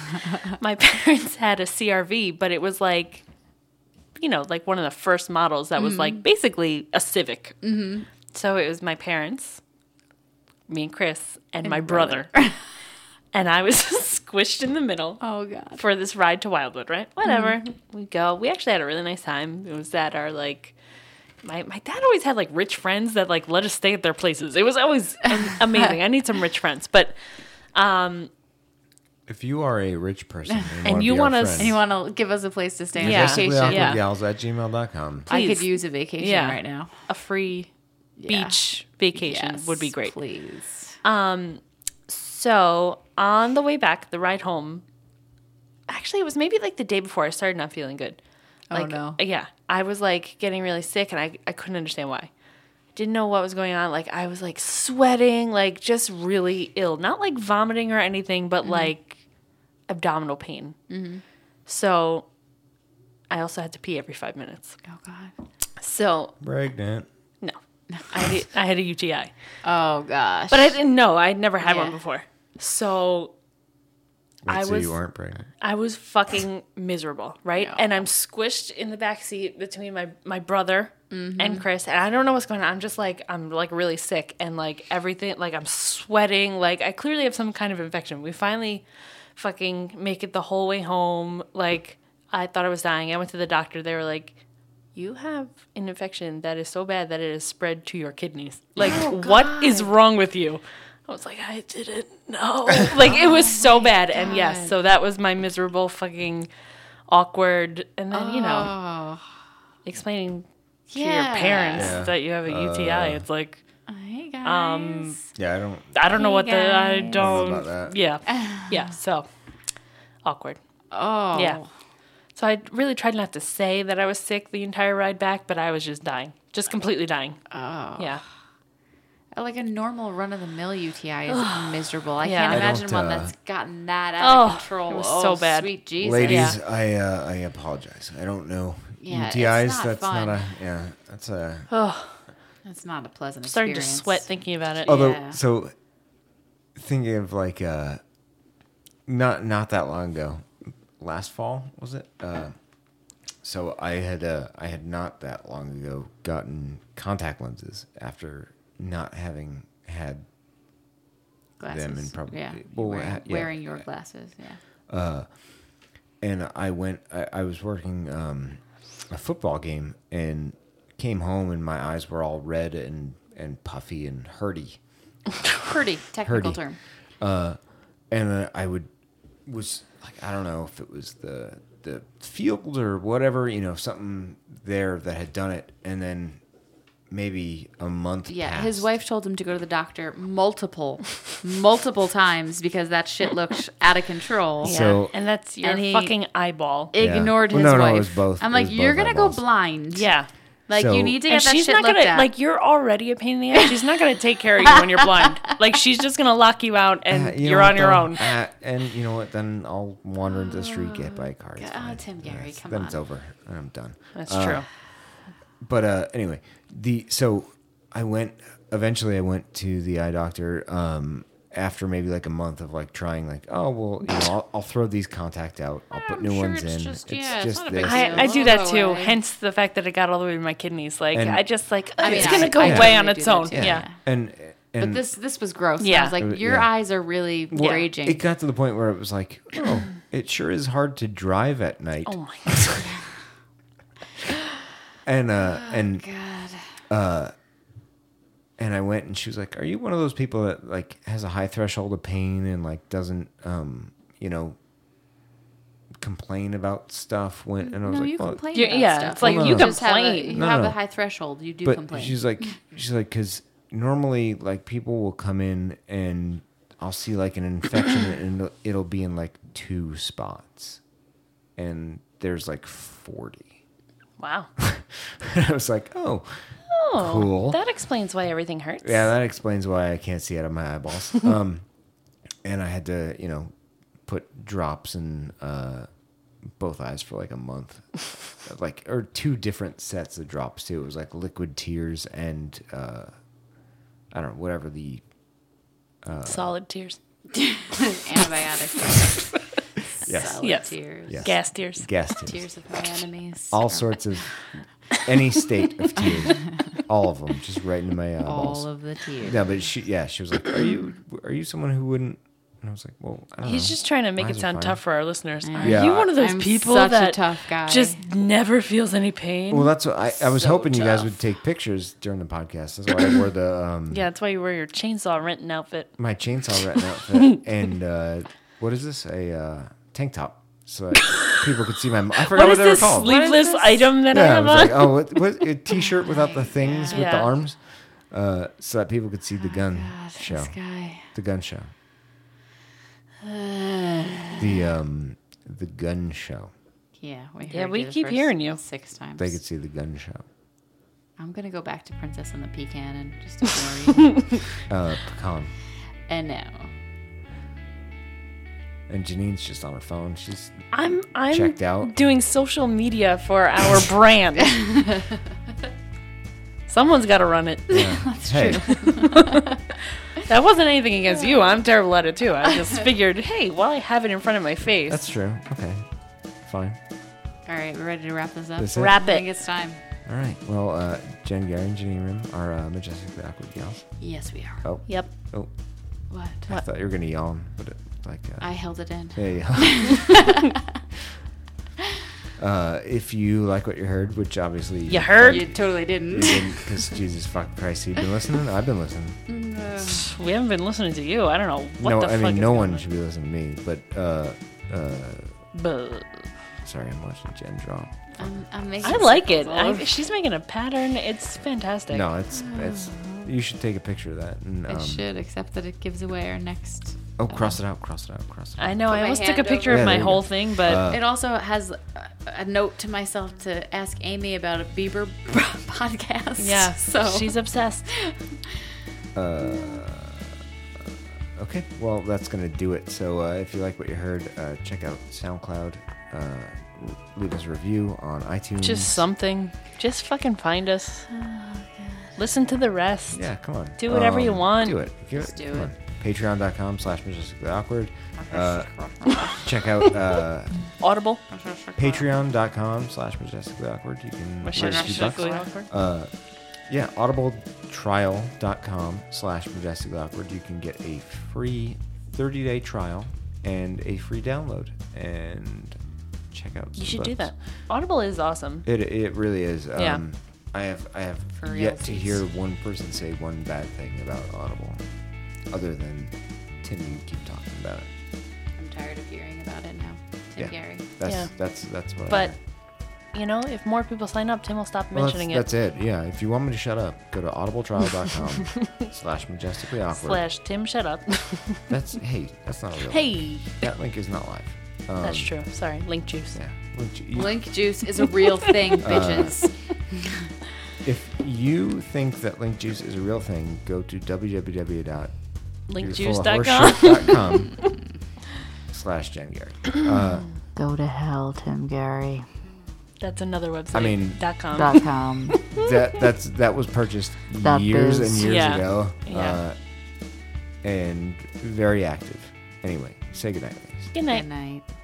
my parents had a CRV, but it was like, you know, like one of the first models that was like basically a Civic. Mm-hmm. So it was my parents, me and Chris, and, my brother. and I was squished in the middle
Oh God.
for this ride to Wildwood, right? Whatever.
Mm-hmm.
We go. We actually had a really nice time. It was at our like my, my dad always had like rich friends that like let us stay at their places. It was always am- amazing. I need some rich friends. But um
If you are a rich person and, wanna
you
be our
wanna-
friend,
And you want to give us a place to stay on
Yeah.
vacation?
Basically,
yeah.
Yeah.
gals at gmail.com.
I could
Please.
use a vacation
Yeah.
right now.
a free beach vacation would be
Yes,
great.
Please.
So on the way back, the ride home, actually, it was maybe like the day before I started not feeling good.
Oh,
Like,
no.
Yeah. I was like getting really sick and I, I couldn't understand why. Didn't know what was going on. Like I was like sweating, like just really ill. Not like vomiting or anything, but like abdominal pain. So I also had to pee every five minutes.
Oh God.
So
Pregnant.
no, I, had, I had a UTI.
Oh gosh.
But I didn't know. I'd never had one
Yeah.
before. So
Wait,
I
so
was-
you aren't pregnant.
I was fucking miserable, right? And I'm squished in the back seat between my my brother and Chris, and I don't know what's going on. I'm just like I'm like really sick, and like everything, like I'm sweating, like I clearly have some kind of infection. We finally fucking make it the whole way home. Like I thought I was dying. I went to the doctor. They were like. You have an infection that is so bad that it has spread to your kidneys. Like, what is wrong with you? I was like, I didn't know. Like it was
Oh
so bad. And yes, so that was my miserable fucking awkward and then, you know,
Oh.
explaining to
Yeah.
your parents
Yeah. Uh,
that you have a UTI. it's like
Hey guys.
Um,
Yeah, I don't.
I don't know
Hey,
what the I
guys.
don't
About that.
Yeah. Yeah, so awkward.
oh.
Yeah. So I really tried not to say that I was sick the entire ride back, but I was just dying. Just completely dying.
Oh.
Yeah.
But like a normal run of the mill UTI is miserable. I
Yeah.
can't
I
imagine
don't,
one
uh,
that's gotten that out
Oh,
of control.
it was
oh,
so bad.
Sweet Jesus.
Yeah.
Ladies, I uh, I apologize. I don't know
Yeah, it's
UTIs.
not
that's
fun. Oh,
not a yeah. That's a
That's not a pleasant
I'm starting to
experience.
sweat thinking about it.
although
Yeah.
so thinking of like uh not not that long ago last fall was it uh so i had uh i had not that long ago gotten contact lenses after not having had
Glasses.
them and probably-
yeah.
well,
wearing,
ha- yeah.
wearing your glasses. Yeah.
and I went. I, I was working um, a football game and came home, and my eyes were all red and and puffy and hurty.
Pretty technical
Purdy.
term.
And uh, I would was like, I don't know if it was the the field or whatever, you know, something there that had done it, and then maybe a month.
Yeah, his
passed.
wife told him to go to the doctor multiple, multiple times because that shit looked out of control.
yeah.
so-
and that's your
And he-
fucking eyeball.
Ignored
Well,
his
no, no,
wife.
it was both-
I'm
it
like,
was
you're
both
gonna
eyeballs."
go blind.
yeah.
like
So-
you need to get
And
that
she's
shit
not
looked
gonna
at.
like you're already a pain in the ass. She's not gonna take care of you when you're blind. Like she's just gonna lock you out and
Uh, you know
you're
what,
on your
though?
own.
Uh, and you know what? Then I'll wander into the street, get by a car. It's
Oh,
fine.
Tim Gary,
Yes,
come
then it's
on.
over. and I'm done.
That's
Uh,
true.
but uh anyway the so i went eventually i went to the eye doctor um after maybe like a month of like trying like oh well you know i'll, I'll throw these contact out i'll put
I'm
new
sure
ones
it's
in
just- yeah, it's not a big deal.
I, I do
Well,
that
no
too.
way.
Hence the fact that it got all the way to my kidneys. Like
And-
I just like
I mean,
it's
I-
gonna go
I
away
totally
on
do
its
that
own.
too.
Yeah.
Yeah.
and and
but this this was gross. Yeah, I
Yeah.
was like, your
yeah.
eyes are really
well,
raging.
it got to the point where it was like oh it sure is hard to drive at night
Oh my god.
and uh and
Oh,
uh,
God.
and I went and she was like, "Are you one of those people that like has a high threshold of pain and like doesn't um you know complain about stuff when?" And I was
No,
like,
you
"Well,
complain.
Yeah,
about
yeah,
stuff.
it's like,
you
just have a-
complain.
you
No,
have
no.
a high threshold. You do
but
complain.
she's like she's like because normally like people will come in and i'll see like an infection and it'll, it'll be in like two spots and there's like 40
Wow.
i was like oh
Oh,
Cool.
That explains why everything hurts.
yeah that explains why i can't see out of my eyeballs um and i had to you know put drops in uh both eyes for like a month like or two different sets of drops too it was like liquid tears and uh i don't know whatever the
Solid tears.
antibiotics,
Yes.
solid
Yes.
tears,
Yes.
Gas tears.
Gas tears.
tears of my enemies.
All sorts of any state of tears. All of them, just right into my eyeballs.
all of the tears.
yeah, but she, yeah, she was like, "Are you, are you someone who wouldn't?" And I was like, "Well, I don't
He's
know."
just trying to make
Mine's
it
Oh. are
sound
fine.
tough for our listeners. Are
Yeah,
you one of those
I'm
people
such a
that
tough guy.
just never feels any pain?
well, that's what I, I was
So
hoping you guys
tough.
would take pictures during the podcast. That's why I wore the um,
yeah, that's why you wear your chainsaw renting outfit.
my chainsaw retin outfit and uh, what is this? A uh, tank top, so that people could see my. I forgot what
What is
they were
this
called.
sleeveless
this?
item that I
Yeah, I
have
was like,
on?
oh, what, what, a t-shirt without the things with the
Yeah. Oh,
arms, uh, so that people could see the gun show,
This guy.
the gun show, the um, the gun show.
Yeah, we heard
Yeah, we
you the
keep
first
hearing you.
six times.
They could see the gun show.
I'm gonna go back to Princess and the Pecan and just ignore you.
Uh, pecan.
and now,
And Janine's just on her phone. She's
I'm I'm
Checked out.
doing social media for our brand. Someone's got to run it.
uh, hey,
That wasn't anything against you. I'm terrible at it too. I just figured, hey, while I have it in front of my face,
that's true. Okay, fine.
all right, we're ready to wrap this up.
That's it.
wrap
I think
it.
it's time.
All right. Well, uh, Jen, Gary, and Janine Rim are uh, majestically awkward gals.
Yes, we are.
Oh,
Yep.
oh,
What?
I thought you were gonna yawn, but it, like. Uh,
I held it in.
There you go. uh, if you like what you heard, which obviously
You heard?
You totally didn't.
because Jesus fuck Christ, you've been listening. I've been listening.
Mm,
We haven't been listening to you. I don't know what
no,
the
I
fuck.
mean
is
no
going
one should be listening to me. But uh, uh,
Buh.
sorry, I'm watching Jen draw.
I'm, I'm making
I like it.
circles.
I, she's making a pattern. It's fantastic.
No, it's it's. You should take a picture of that. And,
I
um,
should, except that it gives away our next.
oh, cross it out, cross it out, cross it out.
I know. I
my
almost took a
hand
picture
over- Yeah,
of my
there you
whole
go. Uh,
thing, but
It also has a, a note to myself to ask Amy about a Bieber podcast.
yeah.
so
she's obsessed.
Uh, Okay, well, that's going to do it. So uh, if you like what you heard, uh, check out SoundCloud. Uh, leave us a review on iTunes.
Just something. Just fucking find us.
Oh,
Listen to the rest.
Yeah, come on. Um,
Do whatever you want.
Do it. Give
Just do
come
it.
on. Patreon.com slash majestically awkward. Uh, check out uh,
Audible.
patreon.com slash majestically awkward. You can raise a few bucks. Uh,
Majestically awkward.
Yeah, audibletrial.com slash majestically awkward. You can get a free 30 day trial and a free download and check out.
You
some
should do
books.
that. Audible is awesome.
It, it really is. Um,
Yeah.
I have I have
For
yet to
realsies.
hear one person say one bad thing about Audible, other than Tim. You keep talking about it.
I'm tired of hearing about it now. Tim Gary.
That's
Yeah.
that's that's what.
But,
I,
you know, if more people sign up, Tim will stop
well,
mentioning
that's,
it.
That's it. Yeah. If you want me to shut up, go to audibletrial.com slash majestically awkward.
Slash Tim, shut up.
That's hey, that's not a real. link.
hey.
that link is not live. Um,
That's true. Sorry. Link juice.
Yeah. Link- you-
Link juice is a real thing, bitches.
If you think that link juice is a real thing, go to www.
Linkjuice.com.
slash Jen Garrett. Uh,
Go to hell, Tim Gary.
That's another website.
I mean-
dot com.
Dot com.
that that's that was purchased
That
years
is-
and years
Yeah.
ago,
Yeah.
uh, and very active. Anyway, say goodnight. ladies.
Good night.
Good night.